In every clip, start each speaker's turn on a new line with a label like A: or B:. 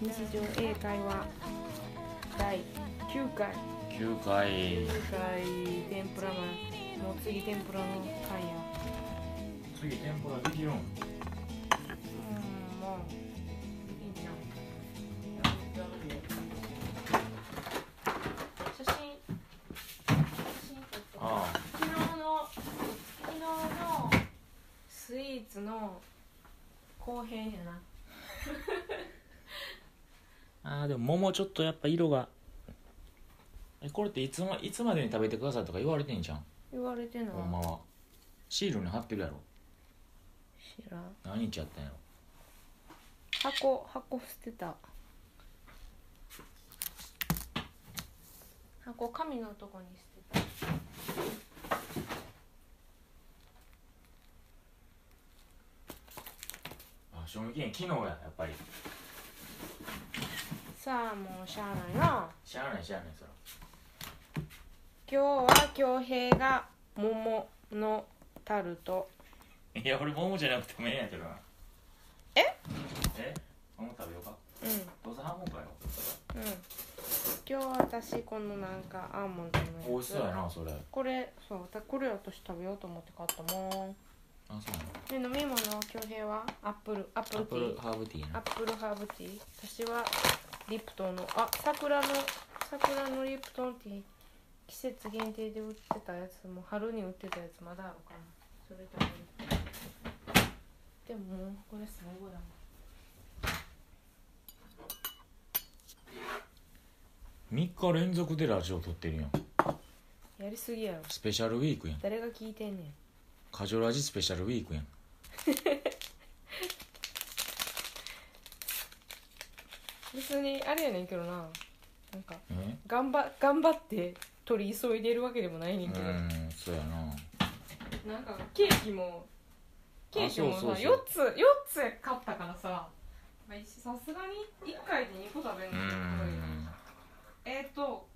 A: 日常英会話第9回
B: 9回
A: 9回天ぷらマンもう次天ぷらの回や
B: 次天ぷらできるん
A: うんもういいじゃん写真写真撮って
B: ああ
A: 昨日の昨日のスイーツの後編やな
B: ああでも桃ちょっとやっぱ色がえこれっていつまいつまでに食べてくださいとか言われてんじゃん
A: 言われてん
B: ほんま
A: の
B: はシールに貼ってるやろ
A: 知らん
B: 何日やったんやろ
A: 箱箱捨てた箱紙のとこに捨て
B: あ賞味期限昨日ややっぱり
A: たさあもうしゃあないな
B: 知らない知らないそら
A: 今日は恭平が桃のタルト
B: いや俺桃じゃなくてもええんやけどな
A: え
B: え桃食べようか
A: うん
B: どうせ半分かよ
A: うん今日私このなんかアーモンド
B: 美
A: のや
B: 味し
A: つ
B: そうやなそれあ
A: これそうだこれ私食べようと思って買ったもん
B: そうなの
A: で飲み物恭平はアップルアップ
B: アッ
A: ルテ
B: プ
A: ィ
B: ル
A: ー
B: ハーブティー
A: アッ
B: な
A: プルハーブティー私はリプトンのあ桜の桜のリプトンティー季節限定で売ってたやつも春に売ってたやつまだあるかなそれ食べるでももうこれ最後だもん
B: 3日連続でラジオ撮ってるやん
A: やりすぎやろ
B: スペシャルウィークやん
A: 誰が聞いてんねん
B: カジョラジスペシャルウィークやん
A: 別にあれやねんけどななんか
B: え
A: 頑張頑張って取り急いでるわけでもないね
B: うん
A: けど、
B: んそうやな
A: なんかケーキもケーキも
B: あそ
A: さ
B: うそうそう
A: 四つ四つ買ったからさまあ一さすがに一回で二個食べる
B: う
A: のってすごい
B: ん
A: えっ、と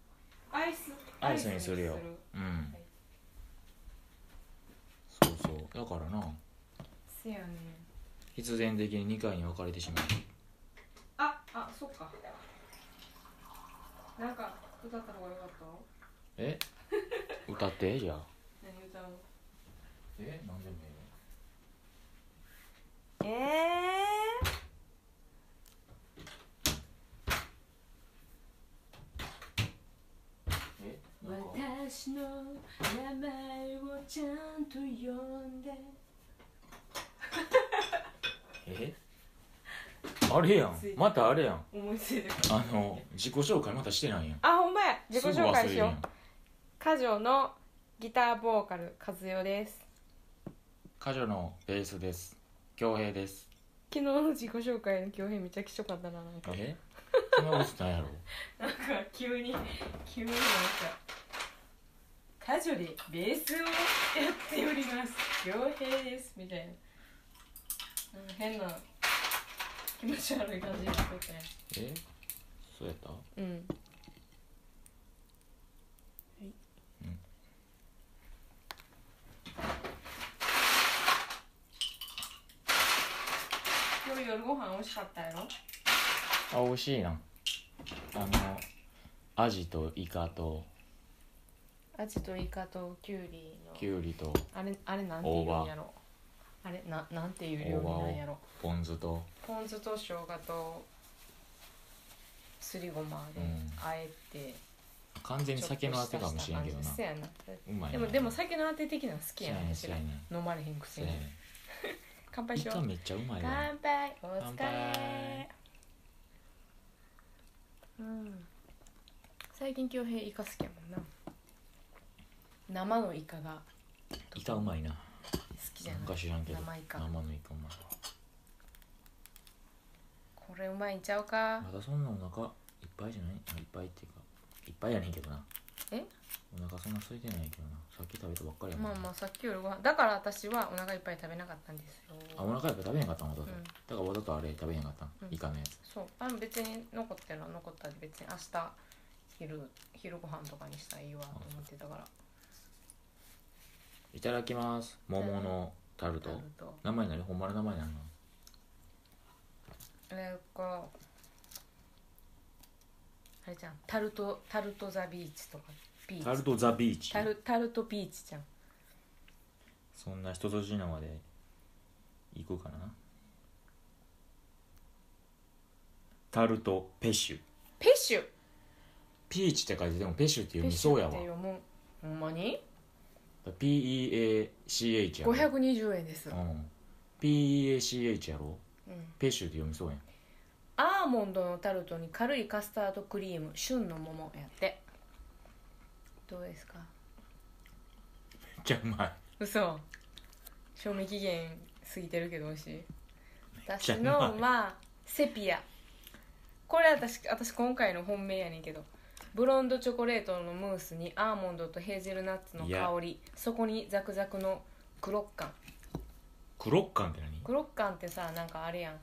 A: アイス
B: アイスにするようんそうそうだからな
A: せやね
B: 必然的に2回に分かれてしまう
A: ああそっかなんか歌った方が良かった
B: え歌ってじゃあ
A: 何歌うの
B: え何でもいいよ
A: ええ
B: えなんか
A: 私の名前をちゃんと呼んで
B: えあれやんまたあれやん
A: 思いついてくる
B: あの自己紹介またしてないやん
A: あほんまや自己紹介
B: す
A: し
B: ぐ忘れるや
A: よ
B: ん
A: う家女のギターボーカル和代です
B: カジョのベースです恭平です
A: 昨日の自己紹介の恭平めっちゃ貴重かったななんか
B: えそんなことないやろ
A: なんか急に急になんか家女でベースをやっております恭平ですみたいななんか変な気持ち悪い感じで聞こえたね
B: えそうやった
A: うん今日夜ご飯美味しかったやろ
B: あ美味しいなあのアジとイカと
A: アジとイカとキュウリの
B: キュウリと
A: あれあれなんていうんやろあれななんていう料理なんやろ
B: ポン酢と
A: ポン酢と生姜とすりごまで
B: うん
A: あえて
B: 完全に酒のあてかもしれんけどな
A: そうやな
B: うまい
A: でもでも酒のあて的なの好き
B: そう
A: や
B: や
A: な
B: ねん
A: 私
B: そう
A: ら
B: やねん
A: 飲まれへんくせ
B: そう
A: に
B: やね
A: 乾杯
B: ん
A: し
B: イ
A: よ
B: カ
A: う
B: めっちゃうまいわ
A: 乾杯お疲
B: 乾杯
A: れうん最近恭平イカ好きやもんな生のイカが
B: イカうまいな
A: 好きじゃ
B: なん
A: な
B: か
A: い
B: 知らんけど
A: 生イカ
B: 生のイカうまいわ
A: これうまいんちゃうか
B: まだそんなお腹いっぱいじゃないあいっぱいっていうかいっぱいやねんけどな
A: え
B: お腹そんな空いてないけどなさっき食べたばっかりやもん
A: まあまあさっきよりご飯だから私はお腹いっぱい食べなかったんです
B: あ
A: よ
B: お腹やっぱ食べへんかったのわざと、
A: うん
B: だからわざとあれ食べへんかったの、
A: うん
B: イカのやつ
A: そうあ別に残ってるのは残ったで別に明日昼昼ご飯とかにしたらいいわと思ってたから
B: いただきます桃のタルト
A: なると
B: 名前何ほんまの名前なの
A: あれかじゃんタルトタルトザビーチとかビ
B: タ
A: ー
B: ル
A: チ
B: トザビーチ
A: タルタルトビーチじゃん
B: そんな人としいのまで行こうかなタルトペシュ
A: ペッシュ
B: ピーチって書いてでもペシュって
A: ペッ
B: 読み
A: シ
B: そうや
A: ュっ
B: わ
A: て読むほんまに
B: PEACH やろ、
A: 520円です、
B: うん、PEACH やろ
A: うん
B: ペシュって読みそうやん
A: アーモンドのタルトに軽いカスタードクリーム旬の桃やってどうですか
B: めっちゃうまい
A: 嘘賞味期限過ぎてるけど美味しい
B: ち
A: 私
B: ゃうまい
A: のはセピアこれ私私今回の本命やねんけどブロンドチョコレートのムースにアーモンドとヘーゼルナッツの
B: いや
A: 香りそこにザクザクのクロッカン
B: クロッカンって何
A: クロッカンってさなんかあれやん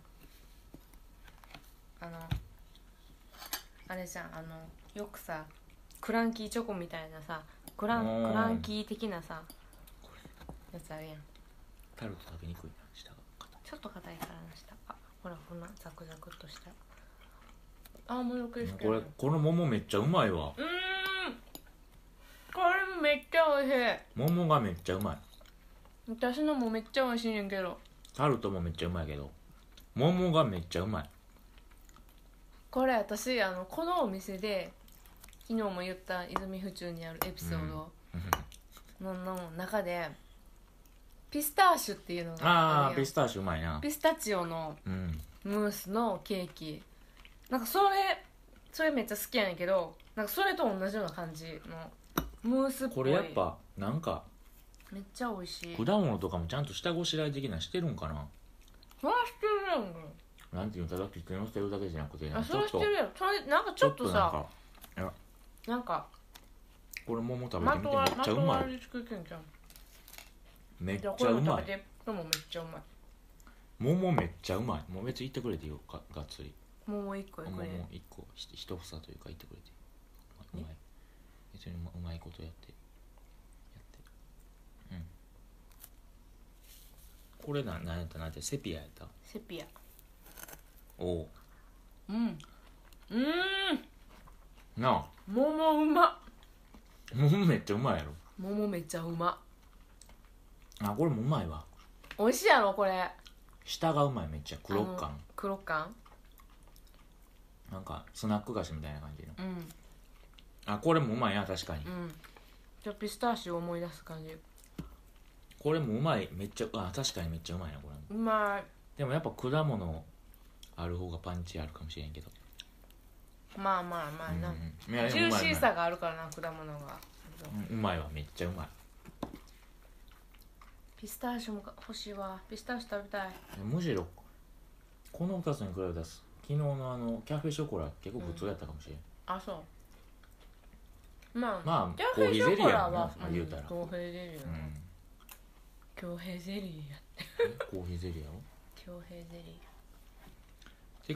A: あのあれじゃんあのよくさクランキーチョコみたいなさクラ
B: う
A: ン
B: ん
A: クランキー的なさやつあるやん
B: タルト食べにくいな下が硬い
A: ちょっと硬いからなしたあほらこんなザクザクっとしたアーモンドクリスピー
B: こ
A: なの
B: れこの桃めっちゃうまい
A: う
B: わ
A: ーんこれめっちゃ美味しい
B: 桃がめっちゃうまい
A: 私のもめっちゃ美味しいねんけど
B: タルトもめっちゃうまいけど桃がめっちゃうまい
A: これ私あのこのお店で昨日も言った泉府中にあるエピソードの,、の中でピスターシュっていうのが
B: あ
A: あ
B: あ
A: る
B: ピ
A: や
B: スターシュうまいなん
A: ピスタチオの
B: うん
A: ムースのケーキなんかそれそれめっちゃ好きやねんけどなんかそれと同じような感じのムースっぽい
B: これやっぱなんか
A: めっちゃ美味しい
B: 果物とかもちゃんと下ごしらえ的なしてるんかな
A: それはしてるやんか
B: なんていうのただきのせるだけじゃなくてなん
A: あ
B: か
A: それはしてるやんそれなんかちょっと
B: なん
A: さ
B: か
A: なんか
B: これ桃食べ
A: ま
B: てみて
A: と
B: め
A: わ
B: っ
A: ま
B: ちゃう
A: と
B: ま
A: わ
B: い
A: りつくけんじゃん
B: めっ
A: じゃあこ
B: ちゃ
A: れも
B: うま
A: 食べ
B: い
A: てでもめっちゃうまい
B: 桃めっちゃうまいもう別に言ってくれていいよががっつり
A: 桃一個いく
B: 桃
A: れ
B: 一個ひ一房というか言ってくれてうまいうまい別にうまうまいことやってやってうんこれな何やった何やったセピアやった
A: セピア
B: おお
A: うんうーん
B: なあ
A: 桃うま
B: 桃めっちゃうまいやろ
A: 桃めっちゃうま
B: あこれもうまいわ
A: 美味しいやろこれ
B: 下がうまいめっちゃクロッカ
A: あの
B: ン
A: クロッカン
B: なんかスナック菓子みたいな感じの
A: うん
B: あこれもうまいな確かに
A: うんじゃあピスターシュを思い出す感じ
B: これもうまいめっちゃあ確かにめっちゃうまいなこれ
A: うまい
B: でもやっぱ果物ある方がパンチあるかもしれんけど
A: まあまあまあな、
B: うんいや
A: ジ
B: で
A: ュ
B: も
A: ー
B: うま
A: シー
B: いうまい
A: さがあるからな果物が
B: うんうまいわめっちゃうまい
A: ピスターシュもか欲しいわピスターシュ食べたい
B: むしろこの2つに比べたら昨日のあのキャフェショコラ結構普通やったかもしれん、
A: あそうまあ
B: まあ
A: キャ
B: コー
A: フェ
B: ヒ
A: シ
B: ーゼ
A: ョ
B: リ
A: コ
B: ーや
A: ラ
B: もんな
A: は、
B: まあ言うたら、うん
A: 強兵ゼリーやな強兵ゼリーや
B: えコーヒーゼリーやろ
A: 強兵ゼリ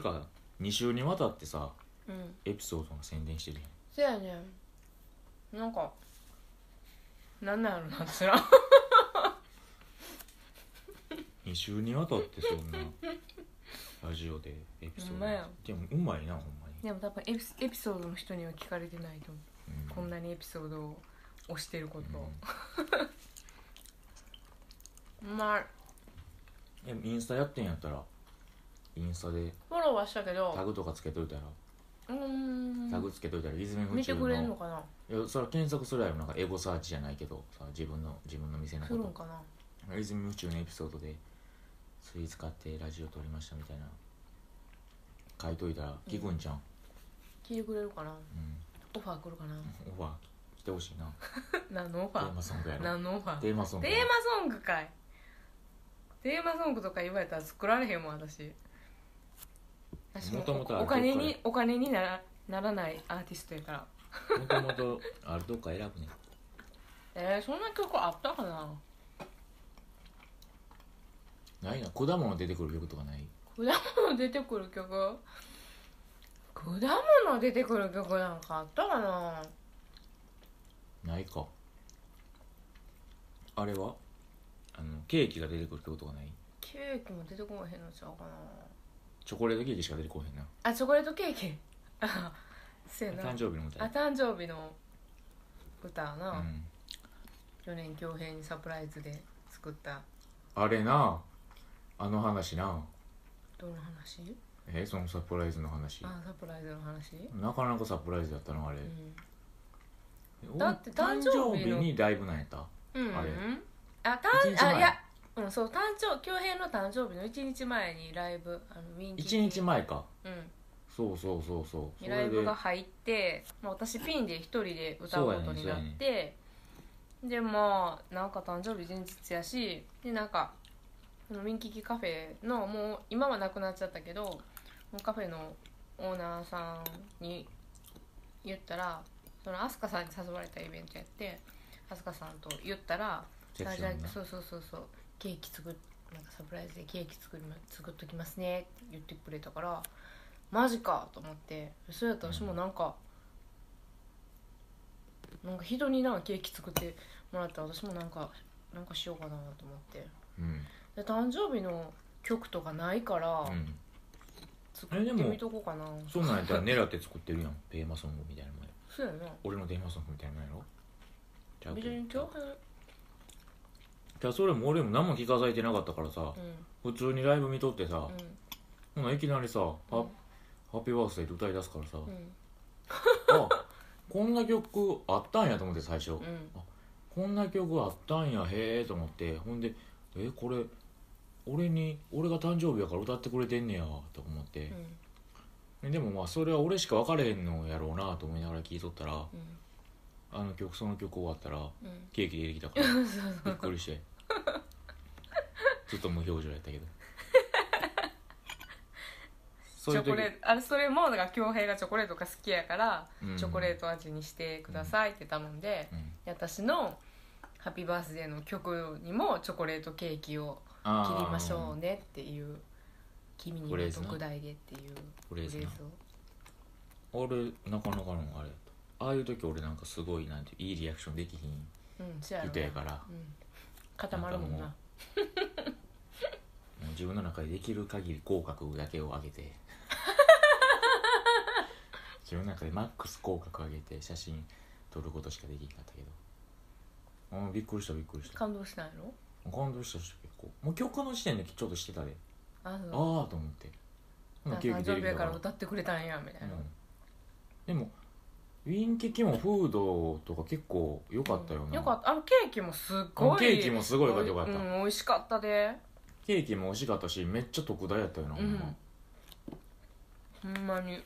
B: てか2週にわたってさ
A: ーうん
B: エピソードの宣伝してるやん
A: そやねんなんかなんなんやろなって知らん
B: 2週にわたってそ んなラジオでエピソ
A: ほ
B: ー
A: ん
B: ド
A: まや
B: でもうまいなほんまに、
A: でも多分エピエピソードの人には聞かれてないと思
B: うん
A: うこんなにエピソードを押してることをうまい
B: うんでもインスタやってんやったらインスタで
A: フォローはしたけ
B: タ
A: ど
B: グとかつけといたら、
A: うーん
B: タグつけといたら泉府
A: 見て
B: 中
A: く
B: の
A: れるのかない
B: やそれは検索するやろなんかエゴサーチじゃないけどさ自分の自分の店の
A: す
B: こ
A: るん
B: と
A: かな
B: 泉府中のエピソードでスイーツ買ってラジオ撮りましたみたいな書いといたら聞くんじゃん、
A: 聞いてくれるかな
B: う
A: オファー来るかな
B: んオファー来てほしいな
A: 何のオフ
B: テ
A: ァ
B: ーマソングや
A: ー
B: ろ
A: 何のオファー
B: テーマソング
A: テーマソングかいテーマソングとか言われたら作られへんもん私私も
B: もともとあ
A: お
B: る
A: お金
B: どっ
A: にお金にならならないアーティストやから
B: もともとあるどっか選ぶね
A: えー、そんな曲あったかな
B: ないな果物出てくる曲とかない
A: 果物出てくる曲果物出てくる曲なんかあったかな
B: ないかあれはあのケーキが出てくるってことがない
A: ケーキも出てこへんのちゃうかな
B: チョコレートケーキしか出てこへんな
A: あチョコレートケーキあ せやな
B: 誕生日の歌
A: あ誕生日の歌やな、
B: うん、
A: 去年恭平にサプライズで作った
B: あれなあの話な
A: どの話
B: えそのサプライズの話
A: あサプライズの話、
B: なかなかサプライズだったなあれ
A: う、ん
B: 俺
A: だって誕生日の
B: 誕生日にライブなんやった
A: うん、
B: あれ
A: あ
B: 一日
A: たん
B: 前
A: あいやうん、そう誕生恭平の誕生日の1日前にライブあのミンキ
B: 1日前か
A: うん
B: そうそうそうそうそ
A: ライ
B: れ
A: ブ
B: で
A: が入って、まあ、私ピンで一人で歌うことになって、でまあなんか誕生日前日やしでなんかそのミンキキカフェのもう今はなくなっちゃったけどもうカフェのオーナーさんに言ったらそのアスカさんに誘われたイベントやってアスカさんと言ったら
B: セク
A: あ
B: シ
A: じゃ
B: ョン
A: あ
B: な
A: そうそうそうそうケーキ作っなんかサプライズでケーキ作り、ま、作っときますねって言ってくれたからマジかと思ってそうやったら私もなんか、なんか人になケーキ作ってもらったら私もなんかなんかしようかなと思って
B: うん、
A: で誕生日の曲とかないから、
B: うん、
A: 作
B: え
A: っ
B: で
A: て
B: も
A: みとこうかな
B: そんなんやったら狙って作ってるやんテーマソングみたいなもんや
A: そうやな
B: 俺のテーマソングみたいなもんやろちゃうけ
A: 別
B: ど
A: に今日
B: じゃあそれも俺も何も聞かされてなかったからさ
A: う、ん
B: 普通にライブ見とってさ、
A: う
B: ほないきなりさ、ハ
A: ん
B: ッハッピーバースデーって歌い出すからさ、
A: うん
B: あこんな曲あったんやと思って最初、
A: うん
B: こんな曲あったんやへえと思ってほんでえこれ俺に俺が誕生日やから歌ってくれてんねやと思って、でもまあそれは俺しか分かれへんのやろうなと思いながら聴いとったら
A: う
B: あの曲その曲終わったら
A: ん
B: ケーキ出てきたから
A: うん そうそう
B: びっくりしてずっと無表情やったけどそう
A: チ
B: いう
A: ョコレートあれそれもだから恭平がチョコレートが好きやから、
B: うん
A: チョコレート味にしてくださいって頼んで、
B: うん
A: 私の「ハッピーバースデー」の曲にもチョコレートケーキを切りましょうねっていう「君に
B: フ
A: は
B: レーズな
A: 特大で」っていう
B: フ
A: フ
B: レ
A: レ
B: ー
A: ー
B: ズな
A: ズを
B: 俺なかなかのあれああいう時俺なんかすごいなんていいリアクションできひん
A: うんそうやろ
B: 人やか
A: な、
B: らも
A: うん、固まるもんな
B: なんかう自分の中でできる限り口角だけを上 げて自分の中でマックス口角上げて写真撮ることしかできなかったけどあーびっくりしたびっくりした
A: 感動したんやろ
B: 感動したし結構もう曲の時点でちょっとしてたで、
A: あそう
B: ああと思ってほな
A: あ
B: ケー
A: 誕
B: キ出
A: 生日
B: てきた
A: や
B: か
A: からら歌ってくれたんやみたいな、
B: うんでもウィンケキもフードとか結構良かったよな、
A: よかったあのケーキもすっごい
B: ケーキもすごい良かった良かった
A: うん、美味しかったで
B: ケーキも美味しかったしめっちゃ特大やったよな、ほま
A: うんほんまに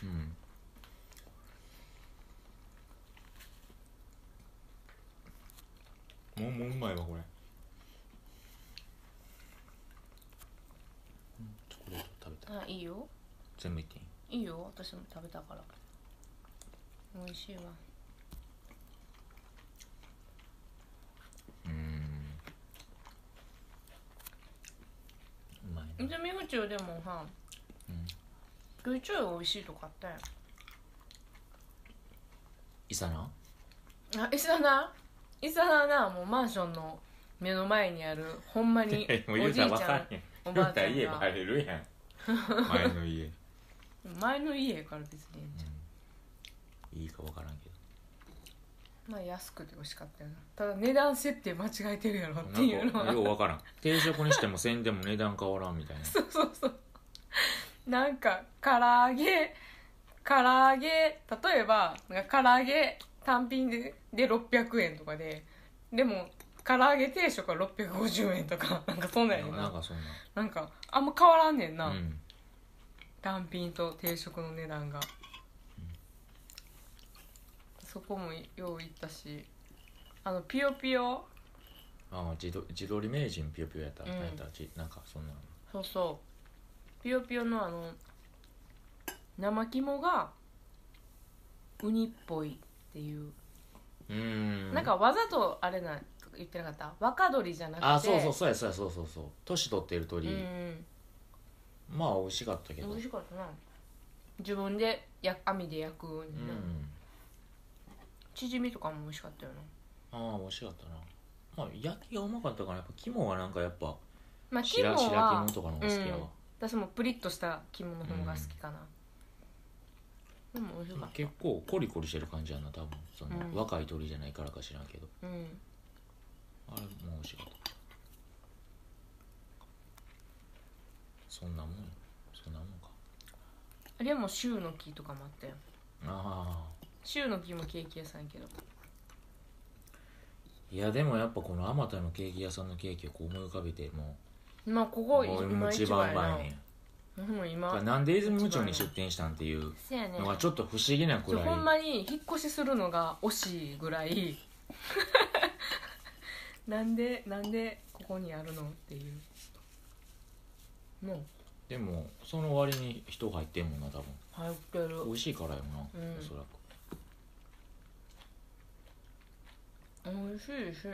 B: うんもうもううまいわこれうんチョコレート食べた
A: あいいよ
B: 全部いっていい
A: いいよ私も食べたから美味しいわ
B: うーんうまいな、
A: 泉府中でもさ
B: う
A: ちょ
B: ん、
A: いちょい美味しいとこあったやん
B: イサ ナ
A: あ伊佐な伊佐ななもうマンションの目の前にあるほんまに
B: もう言
A: お
B: う
A: じ
B: た
A: い
B: ら分
A: ち
B: か
A: ゃ
B: ん
A: ん
B: へん
A: お
B: 言
A: ばあ
B: う
A: ち
B: た
A: ゃ
B: ら
A: ん
B: 家バ
A: が
B: レるやん前の家、
A: 前の家やから別にええんちゃ
B: うん、いいか分からんけど
A: うまあ安くて美味しかったよなただ値段設定間違えてるやろっていうの
B: なんか
A: は
B: よう分からん定食にしてもせんでも値段変わらんみたいな
A: そうそうそうなんか唐揚げ唐揚げ例えばなんか唐揚げ単品でで600円とかででも唐揚げ定食は650円とか なんかそんなんやねん
B: な
A: なん
B: かそん
A: なんかあんま変わらんねんな、
B: なうん
A: 単品と定食の値段が、そこもよう行ったしあのピヨピヨ
B: ああ自撮自撮り名人ピヨピヨやった、
A: うん
B: 何やったちなんかそんなの
A: そうそうピヨピヨのあの生肝がウニっぽいっていう、
B: うーん
A: なんかわざとあれな言ってなかった若鳥じゃなくて
B: あそうそうそうやそうやそうそうそう年取ってる
A: う
B: 鳥、
A: ん
B: まあ美味しかった
A: 美
B: けど
A: 味しかったな自分でや網で焼くウニな、
B: うん
A: チヂミとかも美味しかったよな
B: ああ美味しかったなまあ焼きがうまかったからやっぱ肝はなんかやっぱ
A: まあ
B: 白
A: 肝
B: 白
A: は
B: 肝とかの方が好きやわ、
A: 私もプリッとした肝の方が好きかな、でも美味しかった
B: 結構コリコリしてる感じやな多分その、
A: うん
B: 若い鳥じゃないからか知らんけど
A: うん
B: あれも美味しかったそんなもんそんなもんか
A: あれはもうシューの木とかもあったよ
B: ああ
A: シューの木もケーキ屋さんやけど
B: いやでもやっぱこのあまたのケーキ屋さんのケーキをこう思い浮かべても
A: まあこ
B: う
A: こ
B: もう
A: 今
B: 一
A: 一番や
B: 番うま
A: ない
B: ねん
A: 俺も
B: だか
A: 今
B: らなんで出雲町に出店したんっていう
A: せやね
B: のがちょっと不思議なく
A: ちょ
B: らい
A: ほんまに引っ越しするのが惜しいぐらい なんでなんでここにあるのっていうもう
B: でもその割に人入ってんもんな多分
A: 入ってる
B: 美味しいからやもんな、
A: うん
B: おそらく
A: 美味しいし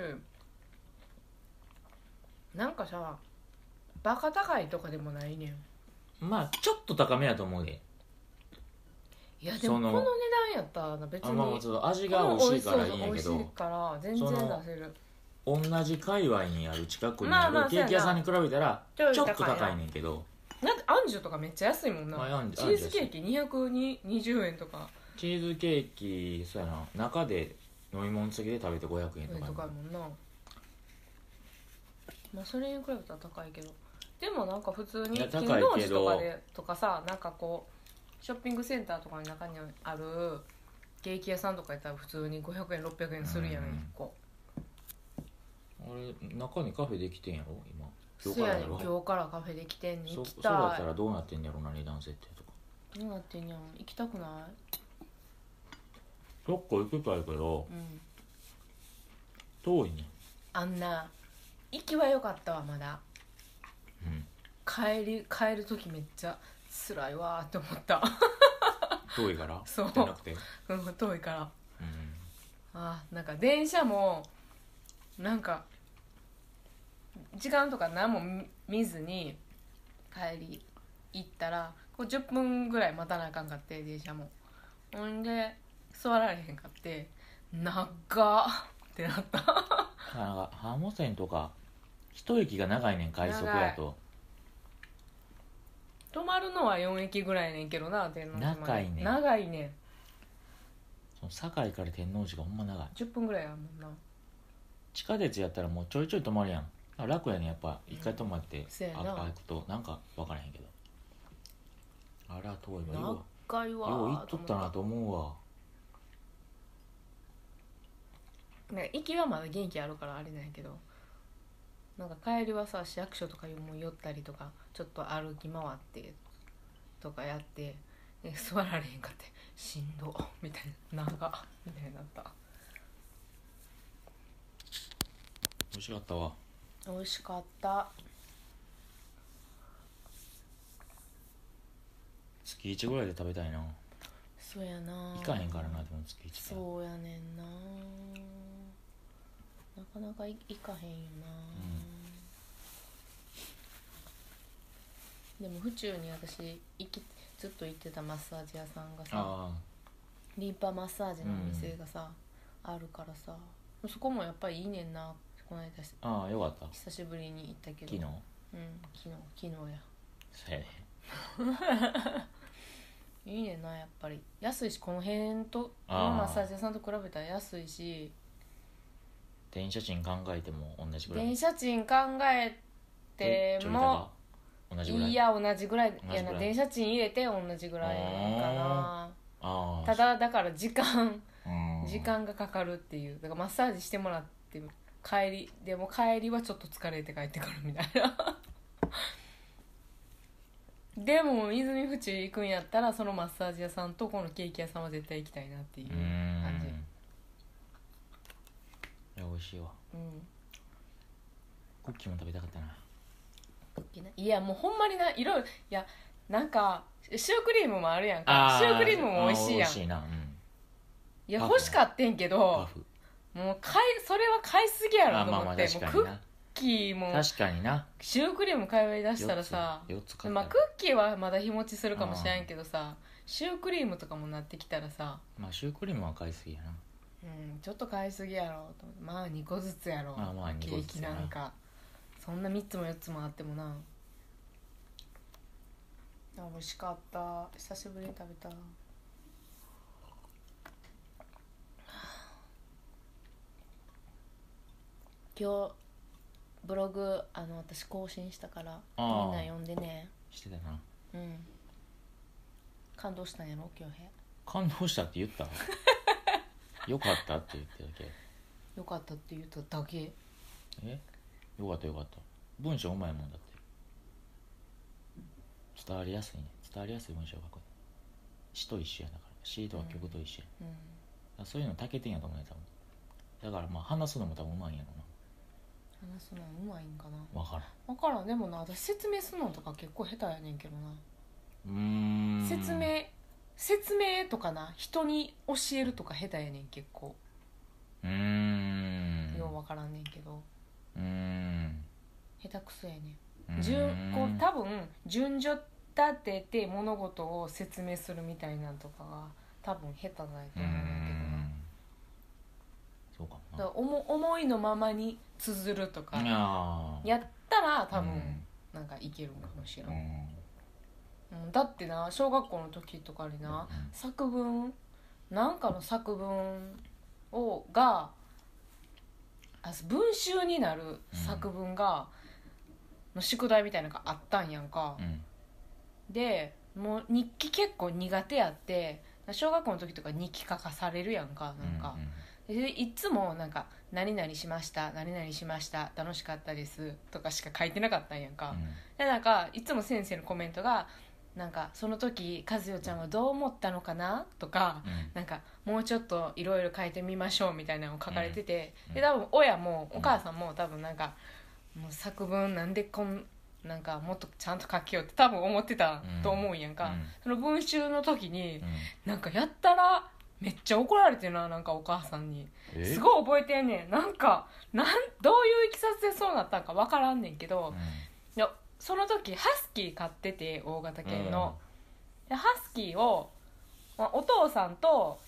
A: なんかさバカ高いとかでもないねん
B: まあちょっと高めやと思うで
A: いやでもこ
B: その
A: の値段やったらな別
B: あ
A: に
B: まあその味が
A: こ
B: 美
A: の
B: 味しいからいいん
A: 美
B: やけ
A: 味しい
B: ど
A: から全然出せる
B: 同じ界隈にある近くに
A: ま
B: あ
A: あまあ
B: るケーキ屋さんに比べたら
A: そうやな
B: ちょっと高いねんけど
A: なんかアンジュとかめっちゃ安いもんな、
B: まあアンジ
A: チ
B: ュアン
A: ー
B: ジュ
A: ズケーキ220円とか
B: チーズケーキそうやな中で飲み物付きで食べて500円と
A: 円
B: か
A: とかやもんなまあそれに比べたら高いけどでもなんか普通に
B: いや高
A: 天
B: いけど
A: 童寺とかでとかさなんかこうショッピングセンターとかの中にあるケーキ屋さんとかやったら普通に500円600円するやん
B: うん
A: 1個
B: あれ中にカフェできてんやろ今今
A: そ
B: 日か
A: や
B: ら
A: ね
B: や
A: ん
B: ろ
A: 今日からカフェで来てんねん行
B: そ
A: き
B: そうだったた
A: い
B: らどうなってんやろな値段設定とか
A: どうなってんやん行きたくな
B: 結構行くたいけど
A: いうん
B: 遠いね
A: あんな行きは良かったわまだ
B: うん
A: 帰り帰る時めっちゃ辛いわーって思った
B: 遠いから
A: そう
B: じゃなくて
A: うん遠いから
B: うん
A: あーなんか電車もなんか時間とか何も見見ずに帰り行ったらこう10分ぐらい待たなあかんかって電車もほんで座られへんかって長っってなった
B: なんか浜線とか一駅が長いねん快速やと
A: 止まるのは4駅ぐらいねんけどな天皇寺まで
B: 長いね
A: 長いね
B: その堺から天王寺がほんま長い
A: 10分ぐらいあるもんな
B: 地下鉄やったらもうちょいちょい止まるやんあ楽やねんやっぱ一回止まって、
A: せやな
B: あ開くとなんか分からへんけどあら遠いわよ
A: 長いうわ
B: よう
A: ー
B: 行っとったなと思うわ
A: なんか行きはまだ元気あるからあれなんやけどなんか帰りはさ市役所とかにも寄ったりとかちょっと歩き回ってとかやってで座られへんかってしんどみたいな長っみたいになった
B: 美味しかったわ
A: 美味しかった
B: 月1ぐらいで食べたいな
A: そうやな
B: 行かへんからなでも月1う、
A: そうやねんななかなかい行かへんよな、でも府中に私行きずっと行ってたマッサージ屋さんがさ
B: あ
A: リンパマッサージのお店がさ、あるからさそこもやっぱりいいねんなこの間し
B: あああよかった
A: 久しぶりに行ったけどう
B: 昨日
A: ん昨日昨日や
B: そうやね
A: いいねんなやっぱり安いしこの辺と
B: あ
A: の
B: ー
A: マッサージ屋さんと比べたら安いし
B: 電車賃考えても同じぐらい
A: 電車賃考えて
B: えちょい
A: も
B: 高同じぐらい
A: いや同じぐらい
B: 同じ
A: や
B: ぐら
A: ない電車賃入れて同じぐらいか
B: あ
A: な
B: あ
A: ただだから時間
B: うん
A: 時間がかかるっていうだからマッサージしてもらって帰りでも帰りはちょっと疲れて帰ってくるみたいな でも泉府中行くんやったらそのマッサージ屋さんとこのケーキ屋さんは絶対行きたいなっていうう
B: ーん
A: 感じ
B: いや美味しいわ
A: うん
B: クッキーも食べたかったない
A: やもうほんまにないろいろいやなんかシュークリームもあるやんか
B: あ
A: シュークリームも美味しいやん
B: あー美味しいな、うん、
A: いや
B: パフ
A: 欲しかってんけ
B: パ
A: ど
B: フ
A: もう買いそれは買いすぎや
B: あ
A: ろ
B: ー
A: と
B: まあ
A: 思っ
B: まあ
A: て
B: 確
A: もうクッ
B: かにな
A: キーも
B: 確かにな
A: シュークリーム買い出したらさ
B: 4つ4つ買った
A: まあクッキーはまだ日持ちするかもしれんけどさシュークリームとかもなってきたらさ
B: まあシュークリームは買いすぎやな
A: うんちょっと買いすぎやろと思ってまあ2個ずつやろ
B: まあまあ2
A: ケ
B: 個
A: ー
B: ずつ
A: キなんかそんな3つも4つもあってもなあ美味しかった久しぶりに食べた今日ブログあの私更新したからみ
B: あー
A: んな読んでね
B: してたな
A: うん感動したんやろ京平
B: 感動したって言った よかったって言ってるだけ
A: よかったって言っただけ
B: えよかったよかった文章うまいもんだって伝わりやすいね伝わりやすい文章を書く詩と一緒やだから詩とは曲と一緒や、
A: うん
B: だからそういうのたけてんやと思うね多分だからまあ話すのも多分うまいんやろ
A: 話すのうまいんかな
B: な分からん
A: 分からんでもな私説明するのとか結構下手やねんけどな
B: うーん
A: 説明説明とかな人に教えるとか下手やねん結構
B: うーん
A: よう分からんねんけど
B: うーん
A: 下手くそやね
B: うー
A: ん
B: ん
A: 順こう多分順序立てて物事を説明するみたいなんとかが多分下手なんやと思うんだけ
B: うー
A: どなん
B: そうかも
A: だか
B: な
A: ら思思いのままに綴るとか
B: いやー
A: やったら多
B: う
A: 分
B: ん
A: なんかいけるんかもしれ、
B: うんん
A: うん、だってな小学校の時とかにな作文なんかの作文をがあ文集になる作文が、の宿題みたいなのがあったんやんか
B: う、ん
A: でもう日記結構苦手やって小学校の時とか日記書かされるやんかなんか
B: う、ん
A: でいつもなんか「何々しました何々しました楽しかったです」とかしか書いてなかったんやんか、
B: うん
A: でなんかいつも先生のコメントが「なんかその時和代ちゃんはどう思ったのかな?」とか
B: うん
A: なんか「もうちょっといろいろ変えてみましょう」みたいなのを書かれてて、
B: うん
A: で多分親もお母さんも多分なんか「もう作文なんでこんなんかもっとちゃんと書きよう」って多分思ってたと思うんやんか、
B: うん
A: その文集の時に
B: うん
A: なんかやったらめっちゃ怒られてるななんかお母さんに。
B: え
A: すごい覚えてんねんなんかなんどういういきさつでそうなったんか分からんねんけど、いやその時ハスキー買ってて大型犬の、でハスキーを、まあ、お父さんと、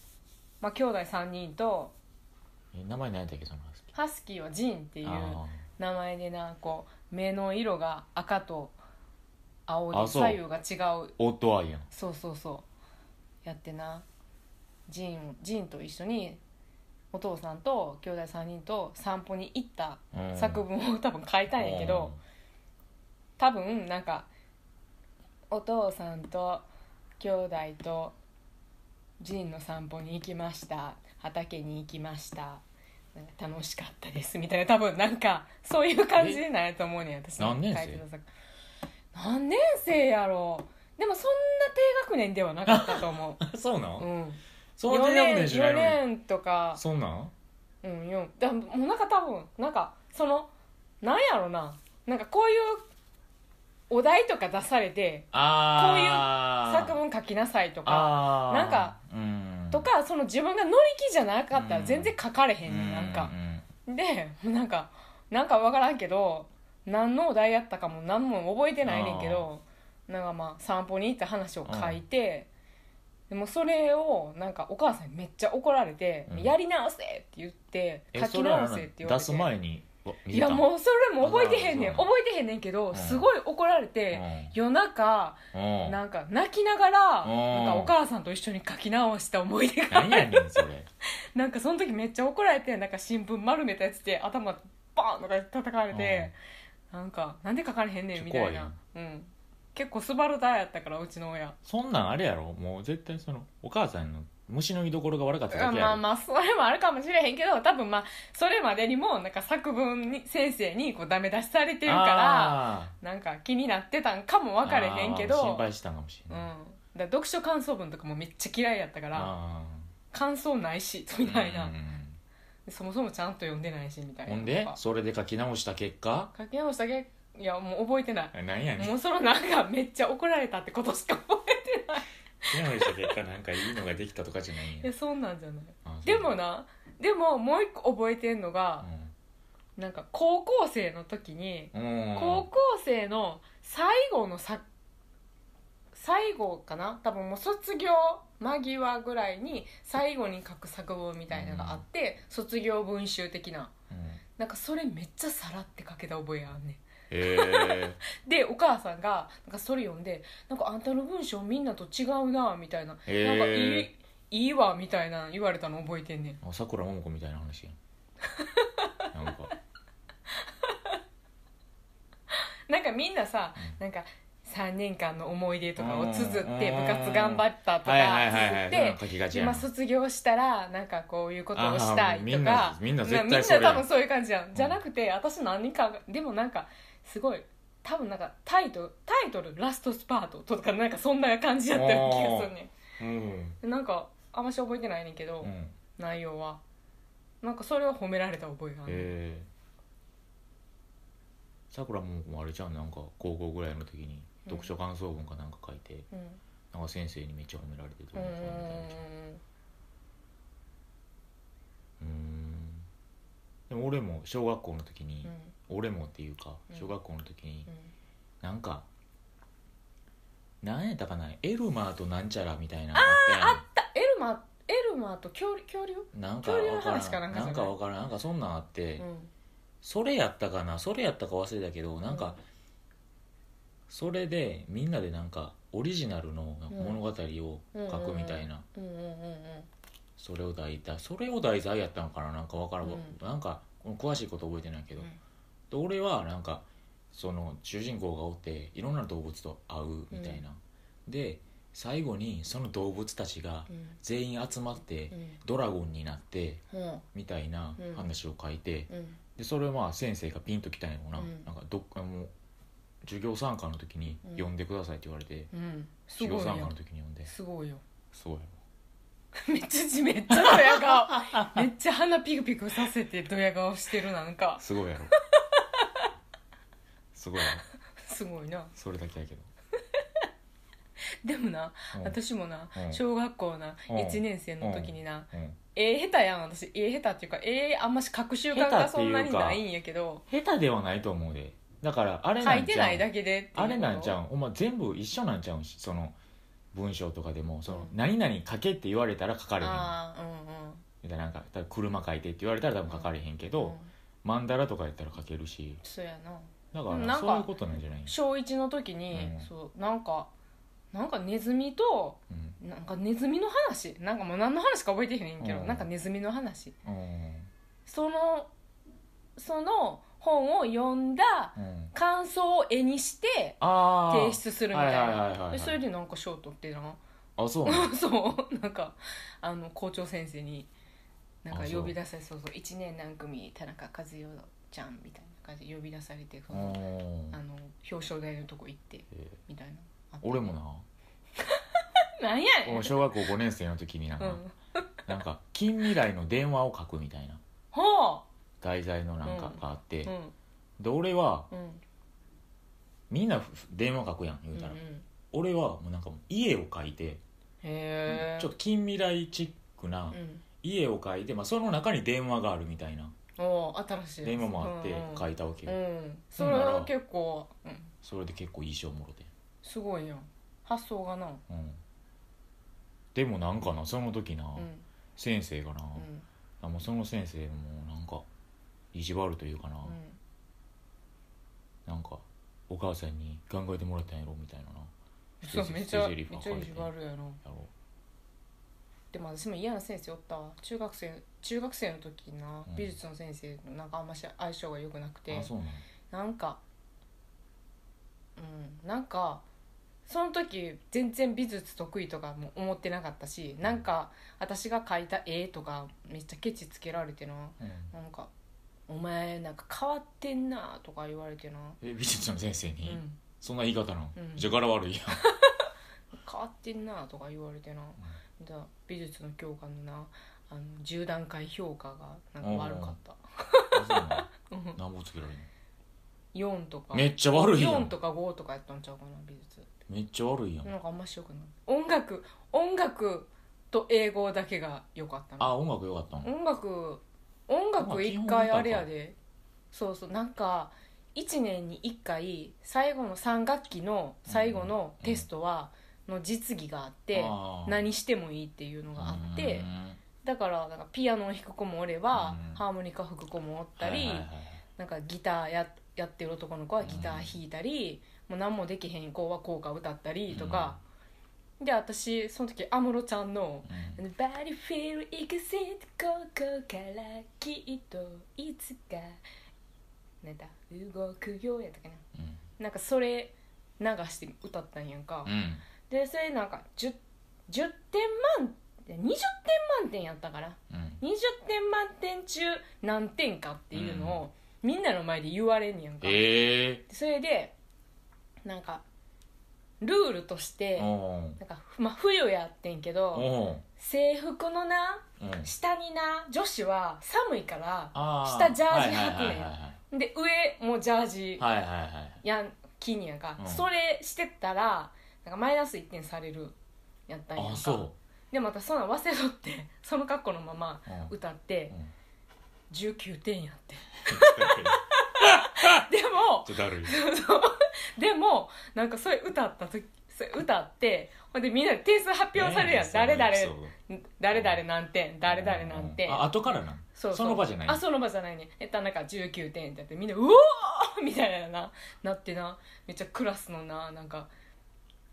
A: まあ、兄弟3人と
B: うんえ名前何やったっけその話
A: ハスキーはジンっていう
B: あ
A: 名前でなこう目の色が赤と青
B: あ
A: で
B: そう
A: 左右が違う
B: ーオッドアイやん
A: そうそうそうやってなジンジンと一緒にお父さんと兄弟3人と散歩に行った
B: うん
A: 作文を多分書いたんやけど、多分なんかお父さんと兄弟とジンの散歩に行きました畑に行きましたなんか楽しかったですみたいな多分なんかそういう感じなんやと思うねん私の
B: 何年生
A: 書いてた作何年生やろでもそんな低学年ではなかったと思
B: うんそうなん
A: う、うん、
B: そんな手なことしない
A: 4
B: のに
A: 年とか
B: そんなん
A: うんよんだもうなんか多分なんかそのなんやろななんかこういうお題とか出されて
B: ああ
A: 作文書きなさいとか
B: あー
A: なんか
B: うん
A: とかその自分が乗り気じゃなかったら全然書かれへんねんなんか
B: ううん
A: でもうなんかなんか分からんけど何のお題やったかも何も覚えてないねんけどなんかまあ散歩に行った話を書いて、でもそれをなんかお母さんにめっちゃ怒られて「
B: うん
A: やり直せ!」って言って「
B: え
A: 書き直せ」
B: それ
A: っ
B: は
A: て言われて
B: 出す前にわ見
A: い
B: てた
A: やもうそれも覚えてへんねん
B: あそう
A: 覚えてへんねんけど、
B: ん
A: すごい怒られて、夜中
B: うんうん
A: なんか泣きながら、
B: うん
A: なんかお母さんと一緒に書き直した思い出があ
B: 何
A: る
B: やねんそれ
A: なんかその時めっちゃ怒られてなんか新聞丸めたやつで頭バーンとか叩かれて、なんかなんで書かれへんねんみたいなうん、結構スバルタやったからうちの親
B: そんなんあれやろもう絶対そのお母さんの虫の居所が悪かっただけや
A: まあ
B: ろ
A: まあそれもあるかもしれへんけど多分まあそれまでにもなんか作文に先生にこうダメ出しされてるから
B: あ
A: なんか気になってたんかも
B: ー
A: 分かれへんけど
B: あー心配したんかもし
A: う
B: れ
A: ん、だ
B: ない
A: から読書感想文とかもめっちゃ嫌いやったから
B: あ
A: 感想ないし
B: ー
A: みたいな、
B: うん
A: そもそもちゃんと読んでないしみたいな
B: ほんで
A: とか
B: それで書き直した結果
A: 書き直したけいやもう覚えてない
B: え何やねん
A: もうそのなんかめっちゃ怒られたってことしか覚え
B: 書き直した結果なんかいいのができたとかじゃないん
A: てな
B: や
A: い そんなんじゃない
B: あそう
A: でもなでももう一個覚えてんのが、なんか高校生の時に、
B: うん
A: 高校生の最後のさ最後かな多分もう卒業間際ぐらいに最後に書く作文みたいなのがあって、卒業文集的な
B: うん
A: なんかそれめっちゃさらって書けた覚えあんねん
B: へえ
A: でお母さんがなんかそれ読んで「なんかあんたの文章みんなと違うな」みたいな「
B: へー
A: なんかいいいいわ」みたいな言われたの覚えてんねん
B: さくらももこみたいな話や んなんか
A: なんかみんなさ
B: う
A: なんか3年間の思い出とかを綴って
B: うん
A: 部活頑張ったとか
B: はいはいはいは
A: 綴っ
B: いそんなん書きが
A: て
B: ちやな
A: 今卒業したらなんかこういうことをしたい
B: あーみ
A: と
B: ん
A: か
B: なみんな絶対
A: みんな
B: それや
A: 多分そういう感じやんじゃなくて私何かがでもなんかすごい多分なんかタイトルタイトル「ラストスパート」とかなんかそんな感じやったような気がするね
B: うん、
A: んなんかあんまし覚えてないねんけど、
B: うん、
A: 内容はなんかそれは褒められた覚えがある、
B: えー、さくらももこもあれじゃんなんか高校ぐらいの時に
A: うん
B: 読書感想文かなんか書いて、
A: うん
B: なんか先生にめっちゃ褒められて
A: うー
B: どうんのこうのみたいなうーんでも俺も小学校の時に、
A: うん
B: 俺もっていうか
A: うん
B: 小学校の時に
A: うん
B: なんかなんやったかなエルマーとなんちゃらみたいなのあったやん
A: だエルマエルマと恐竜恐竜
B: なんか
A: 恐竜
B: わ
A: の
B: からん
A: 話かなんかじゃな
B: な
A: い
B: んかわからんなんかそんなんあって、
A: うん
B: それやったかなそれやったか忘れたけどなんか、
A: うん
B: それでみんなでなんかオリジナルの物語を書くみたいな、
A: うんうんうん
B: それを題材それを題材やったのかななんかわからん、
A: うん
B: なんか詳しいこと覚えてないけど、
A: うん
B: で俺はなんかその主人公がおっていろんな動物と会うみたいな、で最後にその動物たちが
A: うん
B: 全員集まって
A: うん
B: ドラゴンになって
A: うんうん
B: みたいな
A: うん
B: 話を書いて、
A: うん
B: でそれをまあ先生がピンときたんやろうな,、
A: うん
B: なんかどっかもう授業参加の時に
A: うん
B: 読んでくださいって言われて、
A: うんす
B: 授業
A: ごい
B: 参加
A: よ
B: の時に読んです
A: ごいよ
B: そうや
A: めっちゃじめっちゃドヤ顔 めっちゃ鼻ピクピクさせてドヤ顔してるなんか
B: ろすご いやろすごいやろ
A: すごいな
B: それだけやけど、
A: でもな
B: うん
A: 私もな
B: うん
A: 小学校な
B: うん
A: 1年生の時にな
B: うん
A: 絵下手やん私絵下手っていうか絵あんまし書く習慣がそんなにないんやけど
B: 下手ではないと思うでだからあれ
A: 書
B: ないん
A: て
B: ちゃ
A: ないだ
B: う
A: けでっていう
B: あれなんちゃ
A: う
B: うお前全部一緒なんちゃうんその文章とかでもその、
A: うん
B: 何々書けって言われたら書かれへん
A: ああうんうん
B: みたいななんか多分車書いてって言われたら多分書かれへんけど、
A: うん
B: マンダラとかやったら書けるし
A: そうやな
B: だから
A: うんなんか
B: そういうことなんじゃない
A: 小1の時に、
B: うん
A: そうなんかなんかネズミと
B: うん
A: なんかネズミの話なんかもう何の話か覚えてへんねんけど、
B: うん
A: なんかネズミの話
B: うん
A: そのその本を読んだ
B: うん
A: 感想を絵にして
B: ああ
A: 提出するみたい
B: はいはいはいはい
A: な
B: はい
A: でそれでなんか賞取ってな
B: あそうな ん
A: そうなんかあの校長先生になんか
B: あそう
A: 呼び出されそうそう1年何組田中和代ちゃんみたいな感じで呼び出されてその
B: うん
A: あの表彰台のとこ行って
B: えー
A: みたいなあった
B: 俺もな
A: なんやねん
B: 俺小学校5年生の時になん
A: うん
B: かなんか近未来の電話を書くみたいな
A: ほう
B: 題材のなんかがあって、
A: うん
B: で俺は
A: うん
B: みんなふ電話書くやん言
A: う
B: う
A: んう
B: たら、
A: ん
B: 俺はもうなんかもう家を書いて、
A: へえ
B: ちょっと近未来チックな
A: うん
B: 家を書いて、まあ、その中に電話があるみたいな
A: おー新しいやつ
B: 電話もあって書
A: い
B: いたわけ
A: う
B: よ、
A: んうんそれは結構うん
B: それで結構いい賞もろて、
A: すごいやん発想がなうん
B: うん、でもなんかなその時な、
A: ん
B: 先生がな、
A: うん
B: あもうその先生もなんか意地悪というかな、
A: うん
B: なんかお母さんに考えてもらったんやろみたいなな
A: そうめちゃめちゃ意
B: 捨て台詞
A: 地
B: ばっかり
A: 悪やろ
B: やろ
A: でも私も嫌な先生おったわ中学生中学生の時な
B: うん
A: 美術の先生のなんかあんまし相性が良くなくて
B: あそうな
A: な
B: の
A: んかうんなんかその時全然美術得意とかも思ってなかったしなんか私が描いた絵とかめっちゃケチつけられてな
B: うん
A: なんか「お前なんか変わってんな」とか言われてな、
B: え美術の先生
A: う
B: に、
A: ん、
B: そんな言い方なん、
A: うん
B: じゃあ柄悪いやん
A: 変わってんなとか言われてな、だ美術の教科のなあの10段階評価がなんか悪かった、
B: あ
A: う
B: そうな
A: ん
B: の何本つけられんの
A: 4とか
B: めっちゃ悪いや
A: 4
B: ん
A: とか5とかやったんちゃうかな美術
B: めっちゃ悪いやん、
A: なんかあんましよくない音楽音楽と英語だけが良かったの
B: あ音楽良かったの、
A: 音楽音楽一
B: まあ基本歌
A: 回
B: か
A: あれやでそうそうなんか1年に1回最後の3学期の最後のテストは、の実技があって
B: あー
A: 何してもいいっていうのがあって、
B: うん
A: だからなんかピアノを弾く子もおれば、
B: うん
A: ハーモニカ吹く子もおったり、
B: はいはいはい
A: なんかギターややってる男の子はギター弾いたり、もう何もできへん子は効果歌ったりとか、で私その時安室ちゃんの「
B: う
A: b o d y f e e l e x i t ここからきっといつか」なんだ「動くよ」やったかな。
B: んうん
A: なんかそれ流して歌ったんやんか、
B: うん
A: でそれなんか 10, 10点満点20点満点やったから
B: うん
A: 20点満点中何点かっていうのを、みんなの前で言われんねやんか、
B: ええ
A: それでなんかルールとして
B: おう
A: なんか、まあ、冬やってんけど
B: おう
A: 制服のな
B: うん
A: 下にな女子は寒いから
B: あ
A: 下ジャージ履くねん
B: は
A: で上もジャージ
B: いはいはいはいはいはいはい
A: ヤンキーニやんか、
B: うん
A: それしてったらなんかマイナス1点されるやったんやん
B: あ
A: か
B: そ
A: でまたそんなん忘れとってその格好のまま
B: う、うん
A: 歌 って
B: うん
A: 19点やって でも
B: ちょっとだるい
A: そう でもなんかそれ歌った時それ歌ってほんでみんなで点数発表されるやん、誰々
B: エピソード
A: 誰々何点誰々何点、
B: あ後からなん
A: そうそう
B: の場じゃない
A: あその場じゃないねえっとなんか19点ってやってみんな「うおー!」 みたいなななってなめっちゃクラスのななんか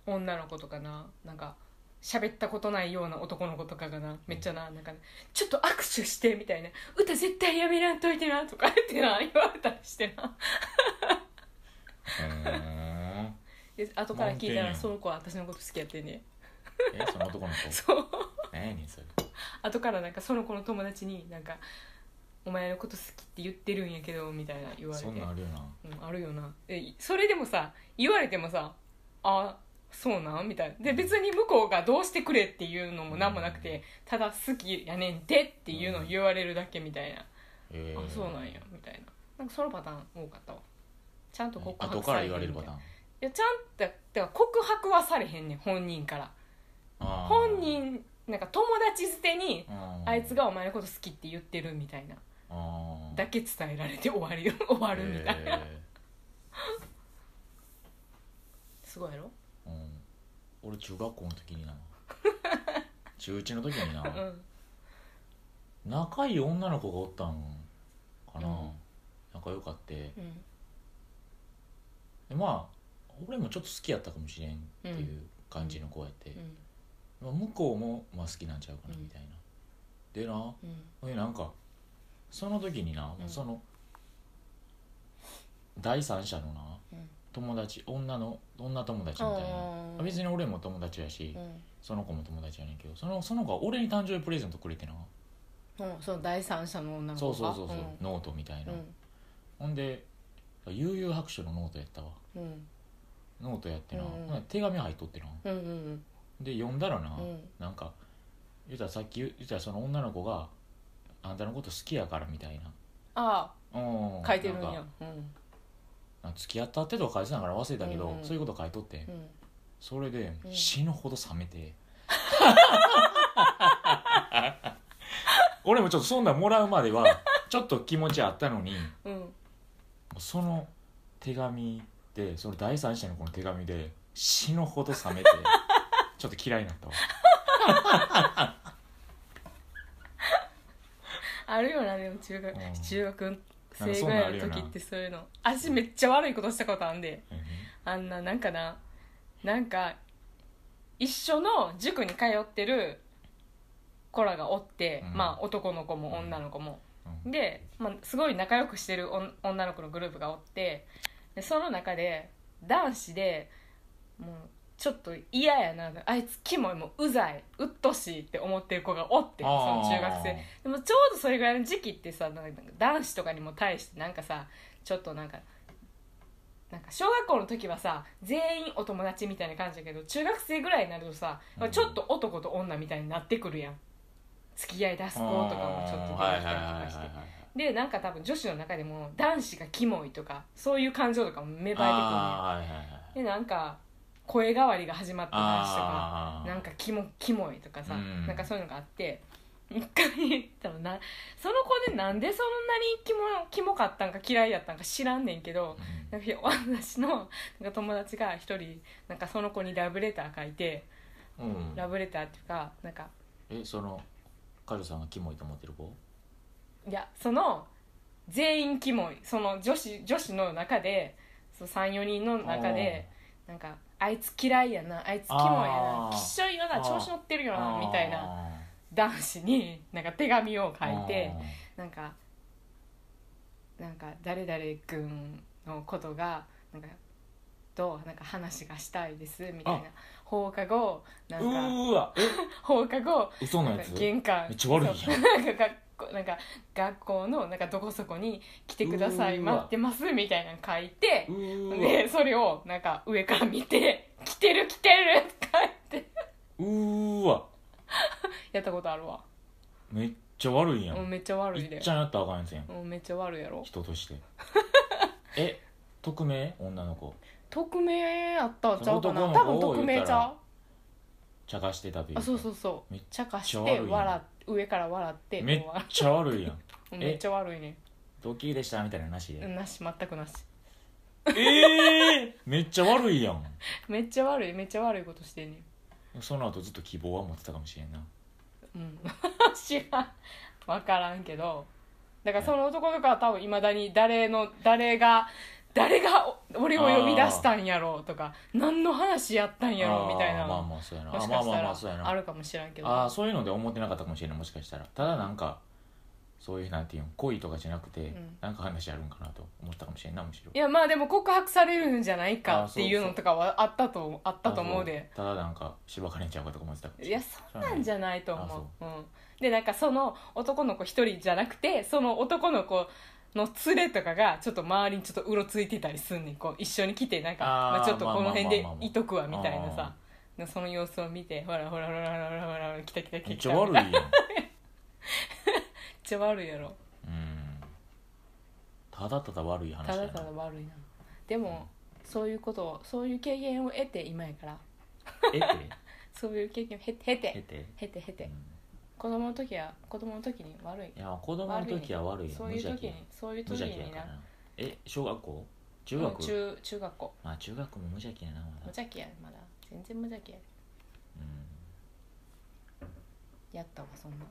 A: 女の子とかななんか喋ったことないような男の子とかがなめっちゃななんか、ちょっと握手して」みたいな「歌絶対やめらんといてな」とか言ってな言われたりしてな
B: うーん
A: で後から聞いた
B: 満点や
A: ら
B: ん
A: その子は私のこと好きやってん ね
B: えその男の子
A: そう
B: 何やねんそれ
A: 後からなんかその子の友達になんか「お前のこと好きって言ってるんやけど」みたいな言われて
B: そんなんあるよな
A: うん、あるよなえいそれでもさ言われてもさあそうなんみたいなで別に向こうがどうしてくれっていうのも何もなくて、ただ好きやねんてっていうのを言われるだけみたいな、
B: え
A: あ
B: ー
A: そうなんやみたいななんかそのパターン多かったわちゃんと告白
B: 後から
A: さへん
B: 言われる
A: み
B: パ
A: たい
B: ター
A: な
B: ン
A: いやちゃんとだから告白はされへんねん本人から
B: あー
A: 本人なんか友達捨てに
B: うん
A: あいつがお前のこと好きって言ってるみたいな
B: あー
A: だけ伝えられて終わり 終わるみたいな、
B: え
A: すごいやろ
B: ーうん俺中学校の時 にな中1の時にな
A: うん
B: 仲いい女の子がおったんかな、
A: うん
B: 仲良かって
A: うん
B: でまあ俺もちょっと好きやったかもしれんっていう感じの子やって、
A: うん
B: まあ、向こうもまあ好きなんちゃうかなみたいな、でな
A: うん
B: ほいでなんかその時にな、
A: うん
B: その第三者のな
A: うん
B: 友達女の女友達みたいな
A: あ
B: 別に俺も友達やし、
A: うん
B: その子も友達やねんけどそのその子は俺に誕生日プレゼントくれてな
A: うん、その第三者の女の子
B: そう
A: が
B: そうそうそう、ノートみたいな、ほんで悠々白書のノートやったわ
A: うんうん
B: ノートやってな、
A: うんうん
B: ほんで手紙入っとってな
A: うんうん
B: で読んだらな、
A: うん
B: なんか言うたらさっき言言うたらその女の子があんたのこと好きやからみたいな
A: あ
B: うん
A: あ書いてるん
B: なん
A: や
B: か
A: うん
B: なんか付き合ったってとか書いてたから忘れたけど、
A: うんうん
B: そういうこと書いとって、
A: うん
B: それで
A: うん
B: 死ぬほど冷めて、 俺もちょっとそんなんもらうまではちょっと気持ちあったのにも
A: うん
B: うその手紙でその第三者のこの手紙で死ぬほど冷 めてちょっと嫌いになったわ
A: あるよなでも中学
B: うん
A: 中学
B: なんか
A: 生
B: そ
A: ぐ
B: んなん
A: ら
B: ある
A: い
B: よ
A: の
B: な
A: 時ってそういうの足めっちゃ悪いことしたことあんであんななんかななんか一緒の塾に通ってる子らがおって、
B: うん
A: まあ男の子も女の子も、
B: うん
A: で、まあ、すごい仲良くしてるおん女の子のグループがおってでその中で男子でもうちょっと嫌やなあいつキモいもううざいうっとしいって思ってる子がおってその中学生でもちょうどそれぐらいの時期ってさなんか男子とかにも対してなんかさちょっとなんかなんか小学校の時はさ全員お友達みたいな感じだけど中学生ぐらいになるとさ、
B: うん
A: ちょっと男と女みたいになってくるやん付き合い出す子とかもちょっと出てきたりとかしてでなんか多分女子の中でも男子がキモいとかそういう感情とかも芽生えてくる
B: あーはいはいはいはい
A: ねんでなんか声変わりが始まった男子とか
B: あー
A: なんかキモキモいとかさ、
B: うん
A: なんかそういうのがあって一回多分なその子でなんでそんなにキモキモかったんか嫌いやったんか知らんねんけど
B: うん
A: なんか私のなんか友達が一人なんかその子にラブレター書いて
B: うん
A: ラブレターっていうかなんか
B: えそのカルさんがキモいと思ってる子
A: いやその全員キモいその女子女子の中で34人の中でなんかあいつ嫌いやなあいつキモいやな
B: あー
A: きっしょいよ
B: あ
A: な
B: ー
A: 調子乗ってるよな
B: あー
A: みたいな男子になんか手紙を書いてなんかなんか誰々君のことがなんかとなんか話がしたいですみたいな
B: あ
A: 放課後な
B: あー
A: んか
B: うーわえ
A: 放課後
B: 嘘の
A: なん
B: や
A: か
B: つ
A: 玄関
B: めっちゃ悪いじゃん
A: そうなんか学校なんか学校のなんかどこそこに来てくださいう
B: ーわ
A: 待ってますみたいなの書いて
B: うー
A: で
B: わ
A: それをなんか上から見て「来てる来てる」って書いて
B: うーわ
A: やったことあるわ
B: めっちゃ悪いや
A: もうんめっちゃ悪
B: い
A: いで
B: っちゃんやったらあかんやつやん
A: もうめっちゃ悪いやろ
B: 人 としてえ匿名女の子
A: 匿名あったんちゃうかな
B: そ
A: 多
B: の男の
A: 分
B: 子を
A: 匿名ちゃ
B: 茶化してたというう
A: あそう
B: う
A: そうそ
B: め
A: う
B: っ
A: 茶化し
B: めっちゃ
A: て
B: 悪いね
A: 笑っ上から笑って
B: めっ
A: もう笑
B: ちゃ悪いやん
A: もうめっちゃ悪いね
B: ドッキリでしたみたいななし
A: う
B: で
A: んなし全くなし
B: ええめっちゃ悪いやん
A: めっちゃ悪いめっちゃ悪いことしてんねん
B: その後ずっと希望は持ってたかもしれんな
A: うん 知らん分からんけどだからその男の子は多分いまだに誰の誰が誰がお俺を呼び出したんやろうとか何の話やったんやろうみたいな
B: あーまあ
A: の
B: まあそうやな
A: もしか
B: あ
A: し
B: まあま
A: た
B: あまあそうやな
A: らあるかもしれんけど
B: ああそういうので思ってなかったかもしれないもしかしたらただなんかそういうなんていうの恋とかじゃなくて、
A: ん
B: なんか話あるんかなと思ったかもしれんないむしろ
A: いやまあでも告白されるんじゃないか
B: あー
A: っていう
B: そう
A: の
B: そう
A: とかはあったとあったと思うで
B: ただなんかしばかれんちゃうかとか思ってたかもしれ
A: い
B: ん
A: やそんなんじゃないと思
B: あ
A: うう、ん、でなんかその男の子一人じゃなくてその男の子の連れとかがちょっと周りにちょっとうろついてたりすんねんこう一緒に来てなんか
B: あー
A: まあ、ちょっとこの辺で
B: まあまあまあまあ
A: いとくわみたいな
B: あ
A: さでその様子を見てほらほらほらほらほらほらほら来た来た来た
B: めっ
A: 来
B: ち
A: た
B: ゃ悪い
A: め
B: や
A: っ
B: ん
A: ちゃ悪いやろ
B: うんただただ悪い話
A: た
B: や
A: だ
B: な
A: ただ悪いなでもそういうことをそういう経験を得て今やから
B: えって
A: そういう経験を経て経
B: え
A: て
B: て、
A: 経て経て
B: うん
A: 子供の時は子供の時に悪い
B: いや子供の時は悪いやん
A: そう
B: 無
A: いう
B: 邪
A: 時
B: 気
A: にそういう
B: 無
A: 時
B: 邪気や
A: に
B: か
A: な
B: らなえ小学校中
A: う
B: 学
A: ん中中学校
B: まあ中学も無邪気やなま
A: 無
B: だ
A: 邪気やでまだ全然無邪気やで
B: うん
A: やったわそんな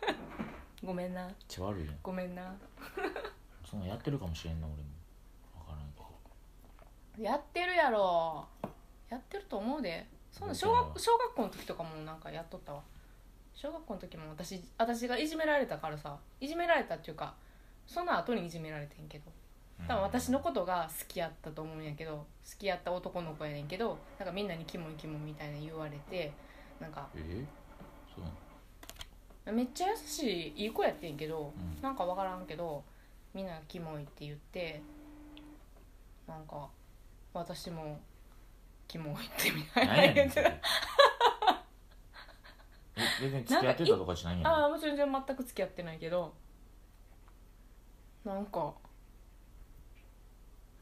A: ごめんな
B: めっちゃ悪いやん
A: ごめんな
B: そんなんやってるかもしれんな俺も分からんけど
A: やってるやろやってると思うでそんな小学小学校の時とかもなんかやっとったわ小学校の時も私私がいじめられたからさいじめられたっていうかその後にいじめられてんけど多分私のことが好きやったと思うんやけど好きやった男の子やねんけどなんかみんなにキモいキモいみたいな言われてなんか
B: えそうなの
A: めっちゃ優しいいい子やってんけど、
B: うん
A: なんか分からんけどみんなキモいって言ってなんか私もキモいってみたい
B: 何や
A: な
B: ね
A: 言
B: ん
A: って
B: それえ全然付き合ってたとかじゃないんや
A: あ
B: ろ
A: あもう全然全く付き合ってないけどなんか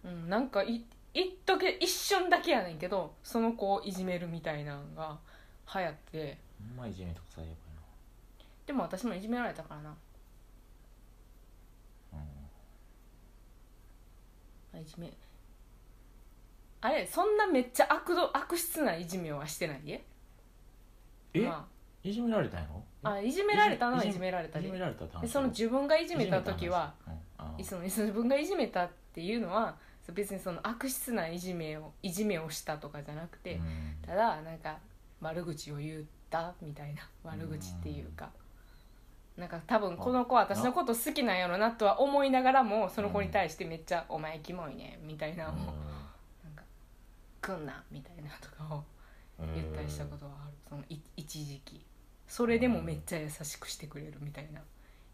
A: うんなんかい一時一瞬だけやねんけどその子をいじめるみたいなのが流行って
B: ほんまいじめとかされればい
A: でも私もいじめられたからない
B: な
A: あいじめあれそんなめっちゃ悪ど悪質ないじめはしてないで
B: うんえ、
A: ま
B: いじめられたんやろ
A: あ、あいじめられたのはいい
B: じ
A: じ
B: め
A: められた
B: い
A: で
B: じめられたって話
A: でその自分がいじめた
B: いじめ
A: 時
B: 話
A: は、
B: うんあー
A: そのその自分がいじめたっていうのはそう別にその悪質ないじめをいじめをしたとかじゃなくて、
B: うん
A: ただなんか悪口を言ったみたいな悪口っていうか、なんか多分この子は私のこと好きなんやろなとは思いながらもその子に対してめっちゃ「お前キモいね」みたいなのを、なんか「来んな」みたいなとかを
B: うん
A: 言ったりしたことはあるそのい一時期それでもめっちゃ優しくしてくれるみたいな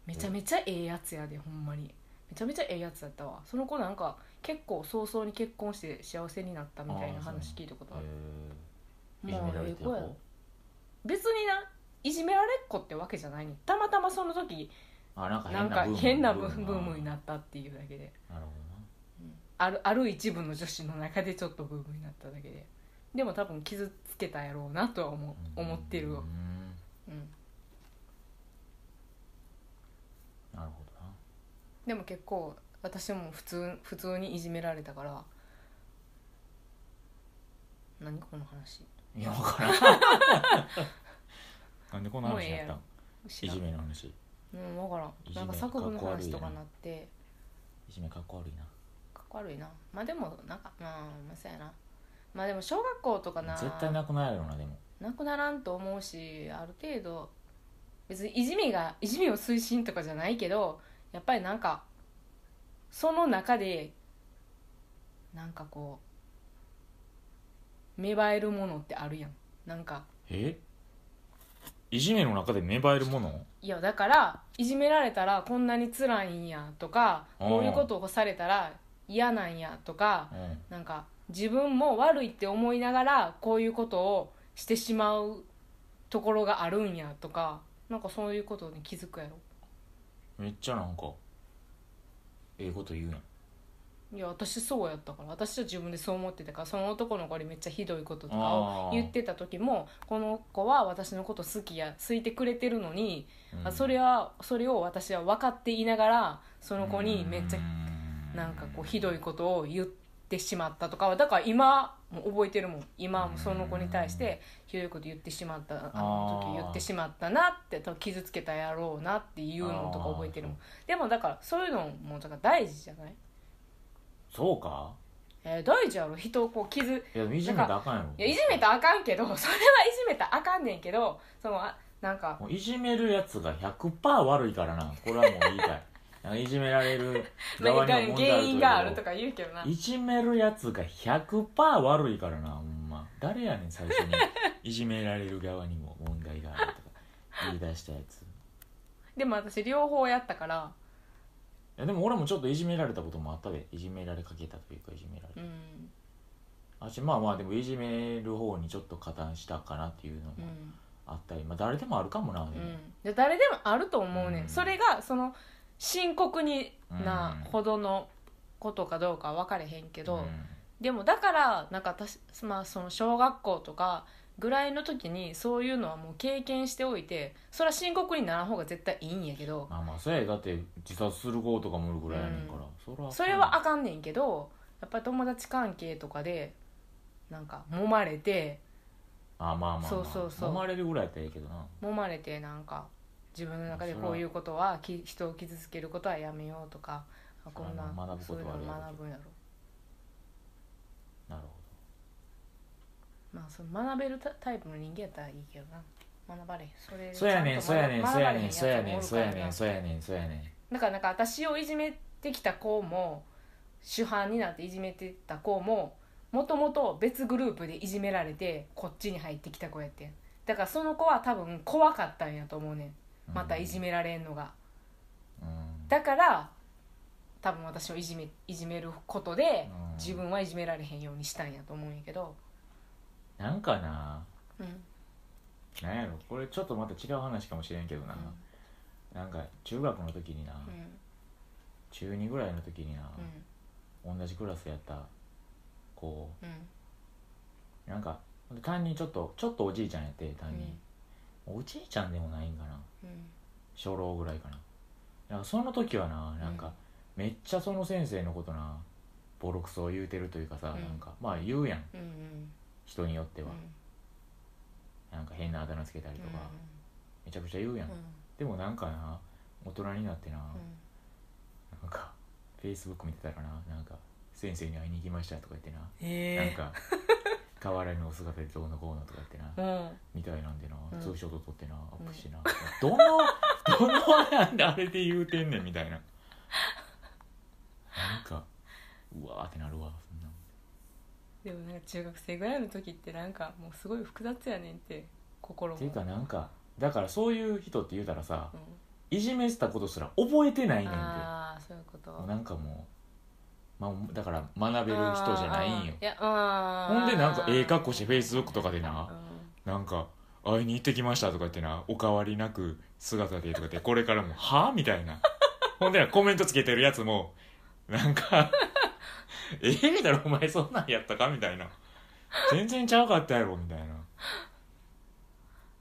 A: めちゃめちゃええやつやでほんまにめちゃめちゃええやつだったわその子なんか結構早々に結婚して幸せになったみたいな
B: あーそう
A: 話聞いたことある
B: へーいじめられてた
A: もう
B: 子
A: ええ子や別にないじめられっ子ってわけじゃないねたまたまその時
B: あなんか
A: なんか変
B: 変な
A: な
B: ブ
A: ブ
B: ーム
A: ームにな
B: る
A: ったっていうだけで
B: なるほ
A: あるある一部の女子の中でちょっとブームになっただけででも多分傷つけたやろうなとは思
B: どな
A: う思ってる
B: う
A: よ、
B: ん
A: うん、
B: なるほどな
A: でも結構私も普通普通にいじめられたから何この話
B: いや分か らんなんでこの
A: もうえ
B: 話
A: え
B: や
A: や
B: っ
A: ろ
B: たんいじ
A: うん
B: めの話
A: 分から
B: い
A: ん
B: じ
A: な
B: め
A: んか作文の話とかなって
B: じめかっこ悪いな
A: かっこ悪いなまあでもなんかうんまあそうやなまあでも小学校とかな
B: 絶対なくなるよなでも
A: なくならんと思うしある程度別にいじめがいじめを推進とかじゃないけどやっぱりなんかその中でなんかこう芽生えるものってあるやんなんか
B: えいじめの中で芽生えるもの
A: いやだからいじめられたらこんなに辛いんやとか
B: うん
A: こういうことをされたら嫌なんやとか
B: うん
A: なんか自分も悪いって思いながらこういうことをしてしまうところがあるんやとかなんかそういうことに気づくやろ
B: めっちゃなんかええこと言うやん
A: いや私そうやったから私は自分でそう思ってたからその男の子にめっちゃひどいこととかを言ってた時もこの子は私のこと好きや好いてくれてるのに、
B: うん
A: あそれはそれを私は分かっていながらその子にめっちゃ
B: うん
A: なんかこうひどいことを言ってしまったとかはだから今も覚えてるもん今もその子に対してひどいこと言ってしまったあの
B: あー
A: 時言ってしまったなって多分傷つけたやろうなっていうのとか覚えてるもんでもだからそういうのもだから大事じゃない、
B: そうか
A: えー大事やろ人をこう傷
B: いやいじめたらあかんやろ
A: いやいじめたらあかんけど それはいじめたらあかんねんけどそのあなんか
B: もういじめるやつが100%悪いからなこれはもう言い たいなんかいじめられる側に
A: 原
B: は問 題ある
A: 因があると
B: か
A: か言うけどない
B: じめるやつが100%悪いからなほんま誰やねん最初に いじめられる側にも問題があるとか言い出したやつい
A: でも私両方やったから
B: やでも俺もちょっといじめられたこともあったでいじめられかけたというかいじめられ
A: うん
B: あしまあまあでもいじめる方にちょっと加担したかなっていうのも
A: うん
B: あったり、まあ誰でもあるかもなでも、
A: うん、誰でもあると思うねん、
B: うん
A: それがその深刻にな
B: うん
A: ほどのことかどうかは分かれへんけど、
B: うん
A: でもだからなんか私、まあ、その小学校とかぐらいの時にそういうのはもう経験しておいてそれは深刻にならん方が絶対いいんやけど
B: まあまあそれだって自殺する子とかもおるぐらいやねんから、そら
A: それはあかんねんけどやっぱり友達関係とかでなんか揉まれて
B: あまあまあまあ
A: そうそうそう
B: 揉まれるぐらいやったらええけどな
A: 揉まれてなんか自分の中でこういうことはき人を傷つけることはやめようとかあこんな
B: そら学ぶこ
A: そういう
B: と
A: の
B: はあるやろ
A: 学ぶんやろ
B: なるほ
A: まあその学べるタタイプの人間やったらいいけどな学ばれへんそれ
B: どそうやね
A: ち
B: ん
A: ゃ
B: そ
A: ん
B: う
A: と
B: やねんそうやねん
A: 学
B: そう
A: ばれへ
B: や
A: ん
B: ね
A: や
B: ん
A: つ
B: そ
A: も
B: う
A: おる
B: や
A: から
B: ねんそうやねんそうやねん
A: だからなんか私をいじめてきた子も主犯になっていじめてた子ももともと別グループでいじめられてこっちに入ってきた子やってんだからその子は多分怖かったんやと思うねん
B: うん
A: またいじめられんのが、
B: うん
A: だから多分私をいじめいじめることで
B: うん
A: 自分はいじめられへんようにしたんやと思うんやけど、
B: なんかな
A: うん
B: なんやろこれちょっとまた違う話かもしれんけどな、なんか中学の時にな、
A: うんうん
B: 中2ぐらいの時にな、同じクラスやった子
A: うん
B: なんか担任ちょっとちょっとおじいちゃんやって担任、おじいちゃんでもないんかな
A: うんうん
B: 初老ぐらいかななんかその時はななんか、めっちゃその先生のことなボロクソを言うてるというかさ、
A: うん
B: なんかまあ言うやん
A: うんうん
B: 人によっては
A: う、ん
B: なんか変なあだ名つけたりとか、めちゃくちゃ言うやん、
A: うんうん
B: でもなんかな大人になってな、
A: うん
B: なんかフェイスブック見てたらななんか先生に会いに行きましたとか言ってな、なん
A: へ
B: か河原のお姿でどうのこうのとか言ってな
A: えうん
B: みたいなんでな、
A: うん
B: ツーショット撮ってなアップしてな、どのどのなんであれで言うてんねんみたいななんかうわーってなるわそんな
A: でもなんか中学生ぐらいの時ってなんかもうすごい複雑やねんって心も
B: っていうかなんかだからそういう人って言うたらさ
A: うん
B: いじめしたことすら覚えてないねんで
A: ああそういうこと
B: もうなんかもう、まあ、だから学べる人じゃないんよ
A: あーいやあー
B: ほんでなんかええ格好して Facebook とかでな
A: うん
B: なんか「会いに行ってきました」とか言ってな「お変わりなく姿で」とか言ってこれからも「はあ?」みたいなほんでなコメントつけてるやつもなんか 「ええみたいな「お前そんなんやったか?」みたいな「全然ちゃうかったやろ」みたいな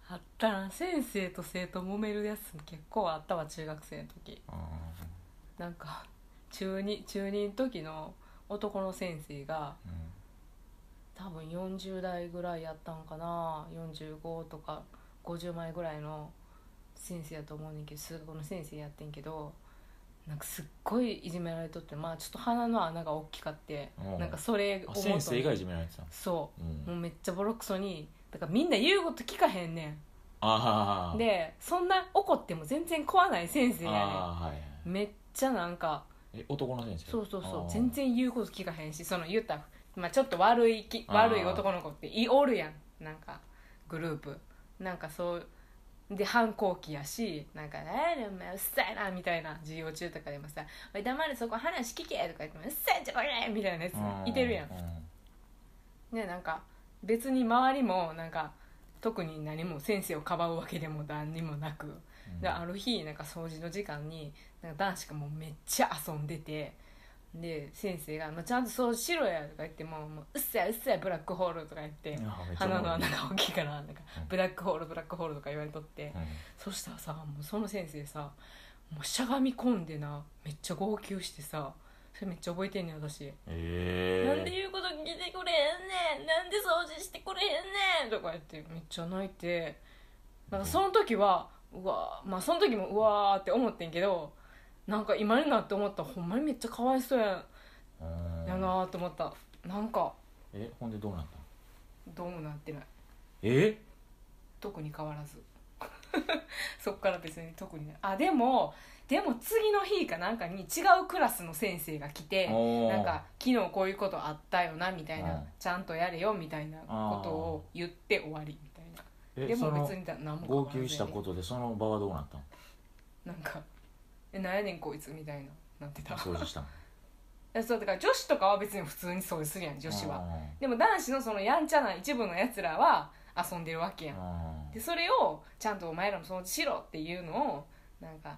A: あったな先生と生徒揉めるやつ結構あったわ中学生の時
B: あ
A: なんか中二中二の時の男の先生が
B: ーうん
A: 多分40代ぐらいやったんかな45とか50枚ぐらいの先生やと思うねんけど数学の先生やってんけどなんかすっごいいじめられとってまあちょっと鼻の穴が大きかって
B: うん
A: なんかそれ
B: あ
A: 思う
B: 先生
A: と
B: がいじめられてたの
A: そううもうんめっちゃボロクソにだからみんな言うこと聞かへんね
B: あ
A: ん
B: あ
A: でそんな怒っても全然怖ない先生や
B: ああはい
A: ねんめっちゃなんか
B: え男の先生
A: そうそうそ
B: あ
A: う
B: ー
A: 全然言うこと聞かへんしその言った、まあ、ちょっと悪いき
B: あー
A: 悪い男の子っていおるやんなんかグループなんかそうで反抗期やしなんか「えー、お前うっさいな」みたいな授業中とかでもさ「おい黙れそこ話聞け」とか言っても「うっさいじゃこれ!」みたいなや
B: うん
A: ついてるやん
B: う
A: ねなんか別に周りもなんか特に何も先生をかばうわけでも何にもなく
B: うん
A: である日なんか掃除の時間になんか男子がもうめっちゃ遊んでてで先生が「もうちゃんと掃除しろや」とか言ってもうもううっさいうっさいブラックホール」とか言って
B: あーめっちゃおも
A: 鼻
B: ろい
A: の穴が大きいからなんか
B: うん
A: ブラックホールブラックホールとか言われとって
B: うん
A: そしたらさもうその先生さもうしゃがみ込んでなめっちゃ号泣してさそれめっちゃ覚えてんねん私。
B: ええ
A: なんで言うこと聞いてくれへんねんなんで掃除してくれへんねんとか言ってめっちゃ泣いてなんかその時はうわーまあその時もうわーって思ってんけどなんか今になって思ったらほんまにめっちゃかわいそうや
B: うん
A: んやなーと思ったなんか
B: えほんでどうなったの
A: どうもなってない
B: え
A: 特に変わらず そっから別に特にないあでもでも次の日かなんかに違うクラスの先生が来て
B: おー
A: なんか昨日こういうことあったよなみたいな、
B: うん
A: ちゃんとやれよみたいなことを言って終わりみたいな
B: え
A: で
B: そ
A: も
B: の
A: 別に何も
B: 号泣したこととでその場はどうなったの
A: なんか「えなんやねんこいつ」みたいななってたい
B: 掃除したの
A: やそうだから女子とかは別に普通に掃除するやん 女子は
B: は
A: でも男子のそのやんちゃな一部のやつらは遊んでるわけやんでそれをちゃんとお前らも掃除しろっていうのをなんか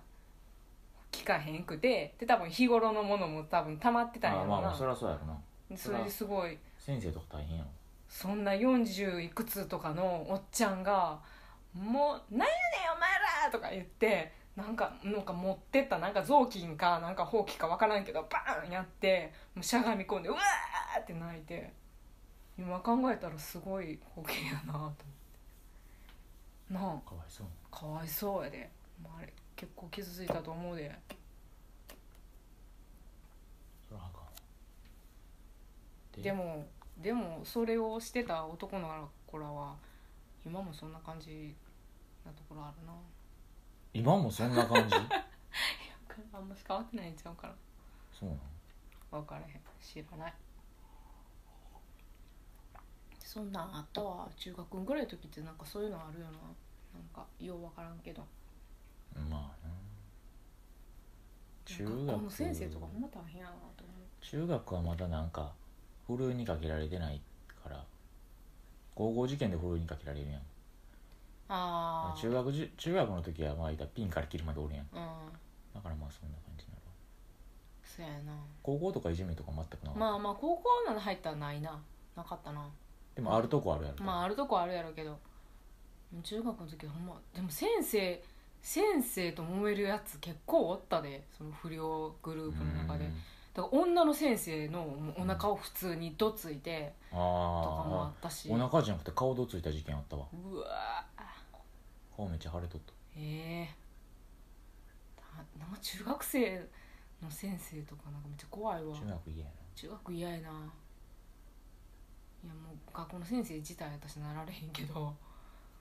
A: 聞かへんくてで多分日頃のものも多分溜まってたんや
B: ま
A: ろ
B: あまあ
A: な、
B: そりゃそうやろな
A: でそれですごい
B: 先生とか大変やろ
A: そんな40いくつとかのおっちゃんが「もうなんやねんお前ら!」とか言ってなんかなんか持ってったなんか雑巾かなんかほうきかわからんけどバーンやってもうしゃがみ込んで「うわ!」って泣いて今考えたらすごい光景やなと思ってな
B: かわいそう
A: あかわいそうやで、まあ、あれ結構傷ついたと思うで
B: そらあかんで
A: でもでもそれをしてた男の子らは今もそんな感じなところあるな
B: 今もそんな感じ
A: あんまし変わってないんちゃうから
B: そうなの
A: 分からへん知らないそんなんあったわ中学ぐらいの時ってなんかそういうのあるよななんかよう分からんけど
B: まあな中
A: なんかこの
B: 学
A: 先生とかほんま大変やなと思う
B: 中学はまだなんかふるいにかけられてないから高校受験でふるいにかけられるやん
A: ああ
B: 中学じ中学の時はまあいたらピンから切るまでおるや
A: う
B: ん
A: ん
B: だからまあそんな感じになるわ
A: そうやな
B: 高校とかいじめとか全くなかった、
A: まあまあ高校なの入ったらないななかったな
B: でもあるとこあるやろ
A: まああるとこあるやろうけど中学の時はほんまでも先生先生と揉めるやつ結構おったでその不良グループの中で
B: うん
A: だから女の先生のもうお腹を普通にどついてとかもあ
B: あ
A: ったし
B: あお腹じゃなくて顔どついた事件あったわ
A: うわー
B: 顔めっちゃ腫れとった
A: ええー、ななんか中学生の先生とかなんかめっちゃ怖いわ
B: 中学嫌や
A: 中学嫌やないやもう学校の先生自体私なられへんけど
B: な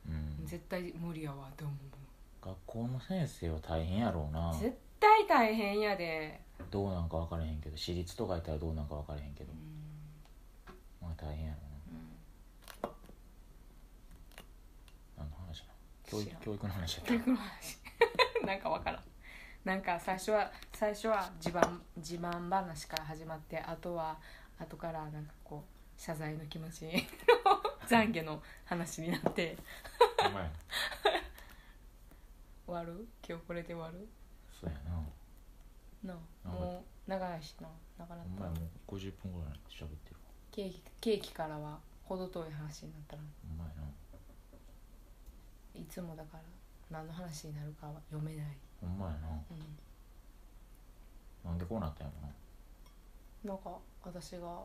B: うん
A: 絶対無理やわって思う
B: 学校の先生は大変やろうな
A: 絶対大変やで
B: どうなんか分からへんけど私立とかやったらどうなんか分からへんけど
A: うん
B: まあ大変やろ
A: うん
B: うな何の話な教
A: 知
B: 育
A: らん
B: 教育の話やった
A: 教育の話 なんかわからんなんか最初は最初は自慢自慢話から始まってあとは後からなんかこう謝罪の 気持ち懺悔の話になって
B: お前
A: 終わる今日これで終わる
B: そうやな
A: なあ
B: なんか
A: もう長いしな長なっ
B: お
A: た
B: 前
A: な
B: もう50分ぐらい喋ってるわ
A: ケーキケーキからは程遠い話になったら
B: お前ない
A: つもだから何の話になるかは読めない、
B: ほんまやな
A: うん、
B: なんでこうなったんやろな
A: なんか私が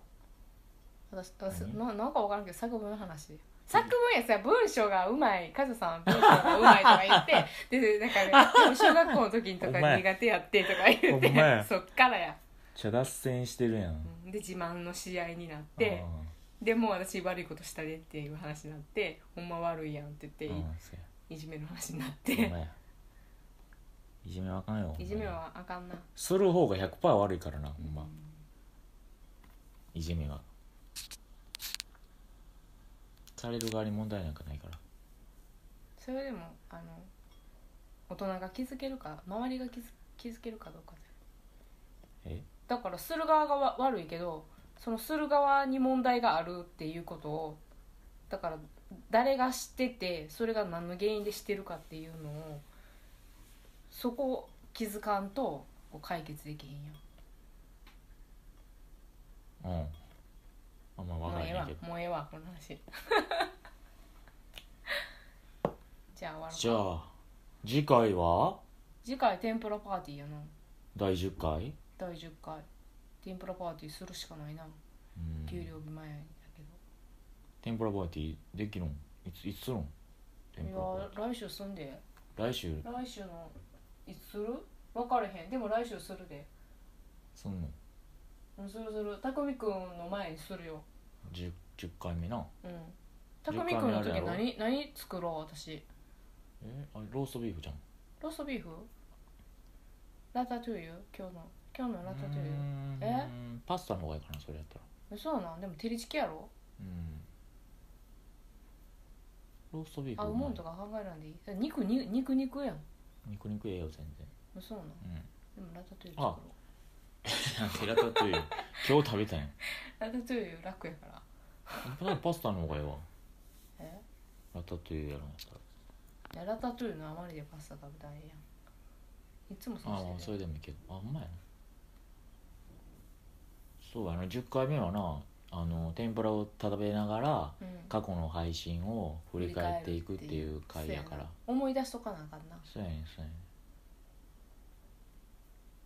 A: 私私
B: 何
A: ななんかわからんけど作文の話作文やさ文章がうまいカズさん文章がうまいとか言 ってでなんか、ね、でも小学校の時にと
B: ほんま
A: か
B: や
A: 苦手やってとか言っ
B: ほんま
A: て
B: や
A: そっからや
B: じゃあ脱線してるやん
A: うんで自慢の試合になってでもう私悪いことしたでっていう話になってほんま悪いやんって
B: う
A: 言
B: ん
A: っ
B: うんそ
A: ていじめの話になっ
B: うやほん
A: て
B: まやいじめはあかんよほんま
A: い
B: に
A: じめはあかんな
B: する方が100%悪いからなほんまいじめはされる側に問題なんかないから
A: それでもあの大人が気づけるか周りが気づ気づけるかどうかだよ
B: え
A: だからする側がわ悪いけどそのする側に問題があるっていうことをだから誰が知っててそれが何の原因でしてるかっていうのをそこを気づかんとこう解決できへんやん
B: うんあんま分
A: も
B: か
A: うえ
B: ら
A: え
B: へん
A: わ
B: けど
A: もうええわこの話 じゃあ終わろう
B: じゃあ次回は
A: 次回天ぷらパーティーやな
B: 第10回
A: 第10回天ぷらパーティーするしかないな
B: うん
A: 給料日前やけど
B: 天ぷらパーティーできるんいついつするん天
A: い
B: ぷらパーテ
A: や来週住んで
B: ィー来週
A: 来週のいつする分かれへんでも来週するです
B: んの
A: うんするするたくみくんの前にするよ
B: 10, 10回目な
A: うんたくみくんの
B: 時間にあるや
A: 時
B: ろ
A: 何何作ろう私
B: えあローストビーフじゃん
A: ローストビーフラタトゥイユ今日の今日のラタトゥイ
B: うー
A: ユ
B: ん
A: え
B: パスタの方がいいかなそれやったら
A: えそうなんでも照りチキやろ
B: うんローストビーフ
A: 合うもんとか考えらんでいいえ肉に肉肉やん
B: 肉肉ええよ全然
A: えそうなん
B: う
A: で
B: ん
A: もラタトゥイユ作ろう
B: なんてラタトゥイユ今日食べたんや
A: ラタトゥイユ楽やから
B: パスタの方がええわ
A: え
B: ラタトゥイユやるんやったら
A: いやラタトゥイユの余りでパスタ食べたいやんいつもそう
B: あ
A: してる
B: あ
A: やん
B: それでもいいけどあほんまやなそうやな10回目はなあの天ぷらを食べながら
A: うん
B: 過去の配信を振り返っていくっていう回やから
A: 思い出しとかなあかんな
B: そうやねんそうやねん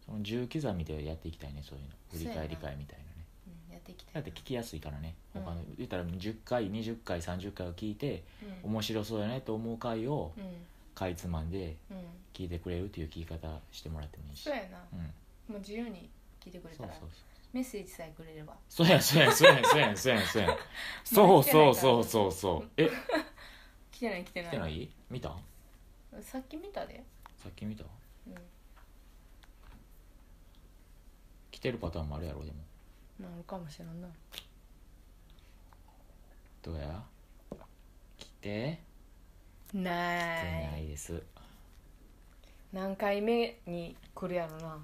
B: その重刻みでやっていきたいねそういうの振り返り会みたいなね
A: うんやっていきた
B: だ
A: い
B: って聞きやすいからね
A: うん
B: 他の言ったら10回20回30回を聞いて
A: うん
B: 面白そうやねと思う回を
A: うん
B: かいつまんで
A: うん
B: 聞いてくれるっていう聞き方してもらってもいいし
A: そうやな
B: うん
A: もう自由に聞いてくれ
B: そ
A: た
B: う
A: ら
B: そう
A: メッセージさえくれれば
B: そうそうやそうやそうやそうやそうや そうやそうそうそうそうそうえ
A: 来てない来てない
B: 来てない見た
A: さっき見たで
B: さっき見た
A: うん
B: 来てるパターンもあるやろでも
A: まああるかもしれんな
B: どうや来て来て
A: な
B: ないいです
A: 何回目に来るやろな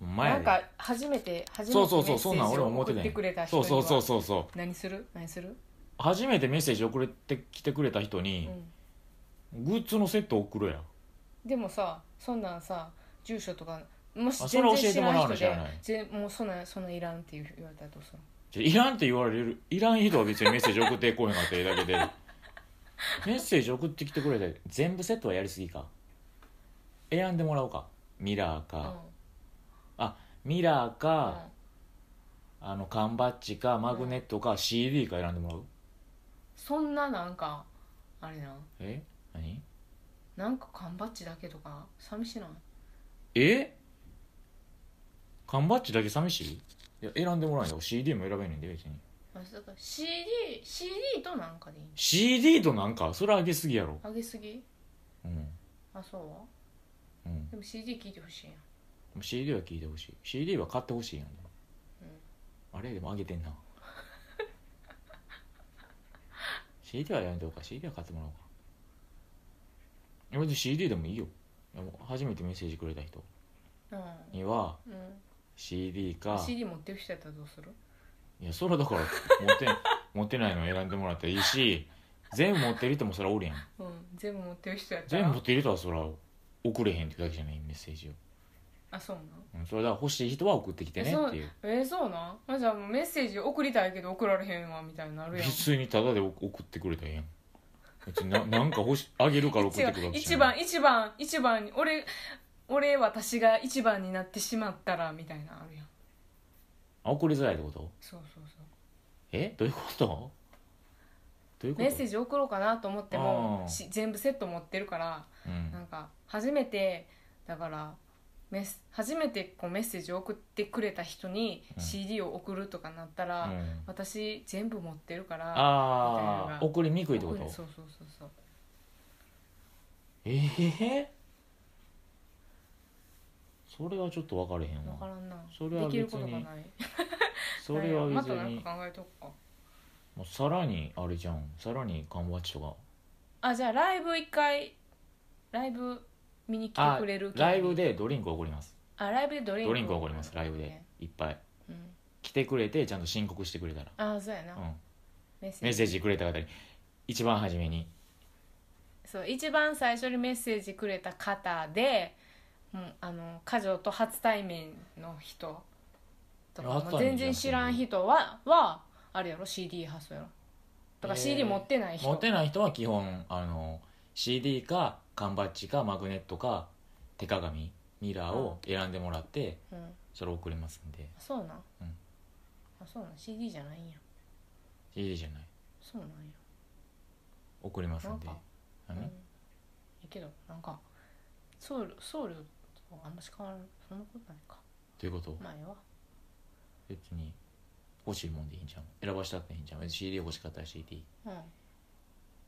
B: ほんまや
A: な
B: で
A: んか初めて初めて
B: そうそうそうそんなん俺も思って
A: メッセージを送ってくれた人
B: たんそ
A: に
B: うそうそう
A: は
B: そうそう
A: 何する何する
B: 初めてメッセージ送れてきてくれた人
A: う
B: に、
A: ん
B: グッズのセット送るやん
A: でもさそんなんさ住所とかもし
B: あそ
A: 全
B: れ
A: 然
B: 教え
A: 知
B: ても
A: ら
B: ら
A: ん
B: うの
A: 人
B: 知ら
A: で
B: ない
A: ぜもうそんなんそんなんいらんって言われたらどうする
B: じゃいらんって言われるいらん人は別にメッセージ送ってこへんかったらええ だけでメッセージ送ってきてくれたら全部セットはやりすぎか選んでもらおうかミラー
A: の
B: か、ミラー
A: うん
B: か、あの缶バッジかマグネットか、CD か選んでもらう
A: そんななんかあれなん
B: え何
A: なんか缶バッジだけとか寂しない
B: え缶バッジだけ寂しいいや選んでもらえんよ CD も選べんねんで別に
A: あだから CD, CD となんかでいい
B: CD となんかそれあげすぎやろ
A: あげすぎ
B: うん
A: あそう
B: うん
A: でも CD 聞いてほしいやん
B: CD は聞いてほしい CD は買ってほしいやん、あれでもあげてんな CD はやめておうか CD は買ってもらおうかいや別に CD でもいいよいやもう初めてメッセージくれた人
A: う
B: には
A: ん、う
B: CD
A: ん、
B: か
A: CD 持ってる人やったらどうする
B: いやそれはだから持ってん 持ってないの選んでもらったらいいし全部持ってる人もそらおるやん
A: うん全部持ってる人やったら
B: 全部持ってる人はそら送れへんってだけじゃないメッセージを、
A: あそうなん
B: うん、それだから欲しい人は送ってきてねっていう
A: えーそうなんあじゃあもうメッセージ送りたいけど送られへんわみたいになるやん
B: 別にタダで送ってくれたらええやん別にななんか欲しあげるから送ってくる
A: 違
B: わ
A: う
B: け
A: 一番一番一番に俺俺私が一番になってしまったらみたいなのあるやん
B: あ送りづらいってこと
A: そうそうそう
B: えどういうことどういうこと
A: メッセージ送ろうかなと思って
B: あ
A: も
B: ー
A: し全部セット持ってるから
B: うん
A: なんか初めてだからメッス初めてこうメッセージを送ってくれた人に
B: うん
A: CD を送るとかなったら、
B: うん
A: 私全部持ってるからみたいな
B: あ
A: の
B: あ
A: が
B: 送りにくいってこ
A: 送
B: と
A: るそうそうそうそう
B: ええそれはちょっと分かれへん
A: 分か
B: わ
A: らんな
B: それは
A: できることが
B: 別
A: ない
B: にそれは
A: ない
B: 別
A: またなん
B: に
A: か考えとこうか
B: もうさらにあれじゃんさらに缶バッジとか
A: あじゃあライブ一回ライブ見に来てくれる
B: ライブでドリンクおごります
A: あライブでドリンク
B: ドリンクおごりますライブでいっぱい
A: うん
B: 来てくれてちゃんと申告してくれたら、
A: あそうやな、
B: うん、
A: メッセ
B: メ
A: ー
B: ッ
A: ジ
B: セージくれた方に一番初めに
A: そう一番最初にメッセージくれた方でもうあの家女と初対面の人とか
B: あったん
A: も
B: や
A: う全然知らん人ははあれやろ CD 発送やろだから
B: えー
A: CD 持ってない人、
B: 持ってない人は基本あの CD か缶バッジかマグネットか手鏡ミラーを選んでもらって
A: うん、
B: それを送りますんで
A: そうなん、
B: うん
A: あそうなん CD じゃないんや
B: CD じゃない
A: そうなんや
B: 送りますんで
A: なんか
B: あの
A: うん、いいけどなんか送料送料とあんまし変わるそんなことないか
B: ということ
A: まあええわ
B: 別に欲しいもんでいいんじゃん選ばしたっていいんじゃん CD 欲しかったら CD
A: うん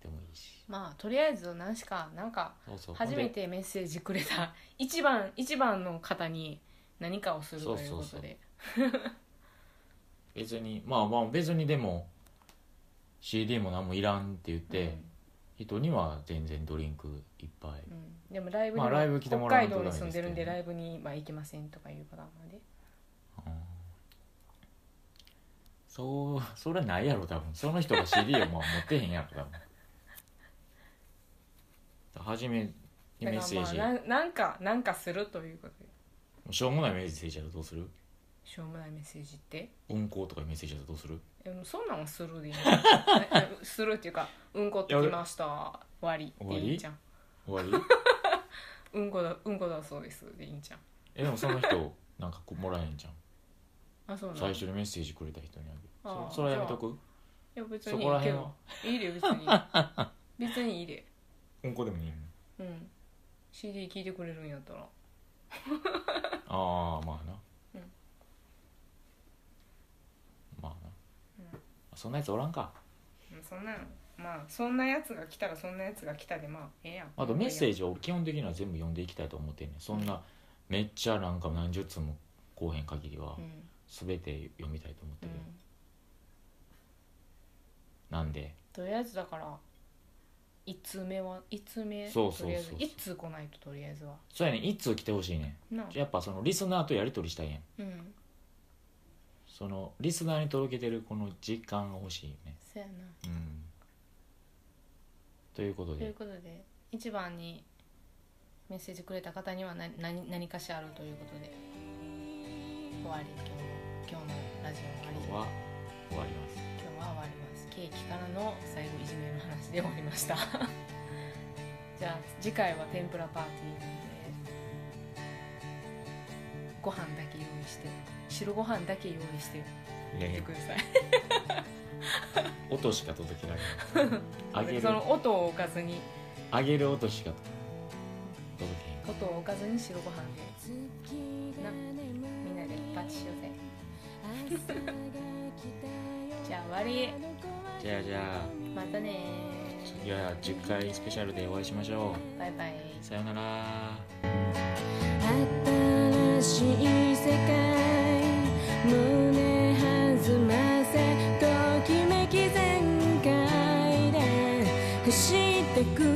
B: でもいいし
A: まあとりあえず何しかなんか
B: そうそう
A: 初めてメッセージくれた一番一番の方に何かをするという
B: そう
A: こ
B: そ
A: と
B: うそう
A: で
B: 別にまあまあ別にでも CD も何もいらんって言って、人には全然ドリンクいっぱい
A: うんうんでもライブに
B: まあライブ来て
A: 北
B: もらう
A: 海
B: の
A: 道に
B: とぐらいです
A: 住ん
B: けどね
A: でるんでライブにまあ行けませんとかいうパターンまで
B: そうそれないやろ多分その人が CD をまあ持ってへんやろ多分初めにメッ
A: だか
B: セー
A: らまあ
B: ジ、
A: なんなんかなんかするということで
B: しょうもないメッセージやったらどうする
A: しょうもないメッセージって
B: 運行とかいうメッセージやったらどうする
A: えもうそんなんはスルーでいいんじ ゃないええスルーっていうか「うんこってきました終わり」でいいんじゃん
B: 終 わり
A: 「うんこだうんこだそうです」でいいんじゃん
B: えでもその人なんかこうもらえんじゃん
A: あそうなの
B: 最初にメッセージくれた人にあげる
A: あー
B: そそれはやめとく
A: いや別
B: そ
A: にい
B: こ
A: い
B: ら
A: け
B: 辺は
A: どいいで別 に別にいいで
B: 運行でもいいの
A: うん CD 聴いてくれるんやったら
B: ああまあな、
A: うん
B: まあな、そんなやつおらんか
A: うんそんなのまあそんなやつが来たらそんなやつが来たでまあええやん
B: あとメッセー
A: ジ
B: ジを基本的には全部読んでいきたいと思ってんねんそんなめっちゃなんか何十通もこうへん限りは
A: うん
B: 全て読みたいと思って
A: う
B: る、
A: ん
B: なんで
A: とりあえずだから1通目は1通目
B: そうそうそうそう
A: とりあえず1通来ないととりあえずは
B: そうやねん一通来てほしいね
A: なあ
B: んやっぱそのリスナーとやり取りしたいやん
A: うん
B: そのリスナーに届けてるこの実感が欲しいよね
A: そやな
B: うんということ
A: という
B: で
A: ことで一番にメッセージくれた方には何何何かしらあるということで終わり今日の今日のラジオ
B: 今
A: 終
B: 日
A: わ
B: は終わります
A: り今日は終わりますケーキからの最後いじめの話で終わりました じゃあ次回は天ぷらパーティーなんでご飯だけ用意して白ご飯だけ用意して
B: いやい
A: 言って
B: や
A: ください
B: 音しか届けられ ないあげる
A: その音を置かずに
B: あげる音しか届けへん
A: 音を置かずに白ご飯でなみ
C: み
A: ん
C: ん
A: な
C: な
A: で
C: で
A: パ
C: パ
A: チ
C: チ
A: し
C: しよ
A: よう
C: うぜ
A: ぜじゃあ終わり
B: じゃあじゃあ
A: またね
B: 次は10回スペシャルでお会いしましょう
A: バイバイ
B: さよなら
C: 新しい世界胸弾ませときめき全開で走ってく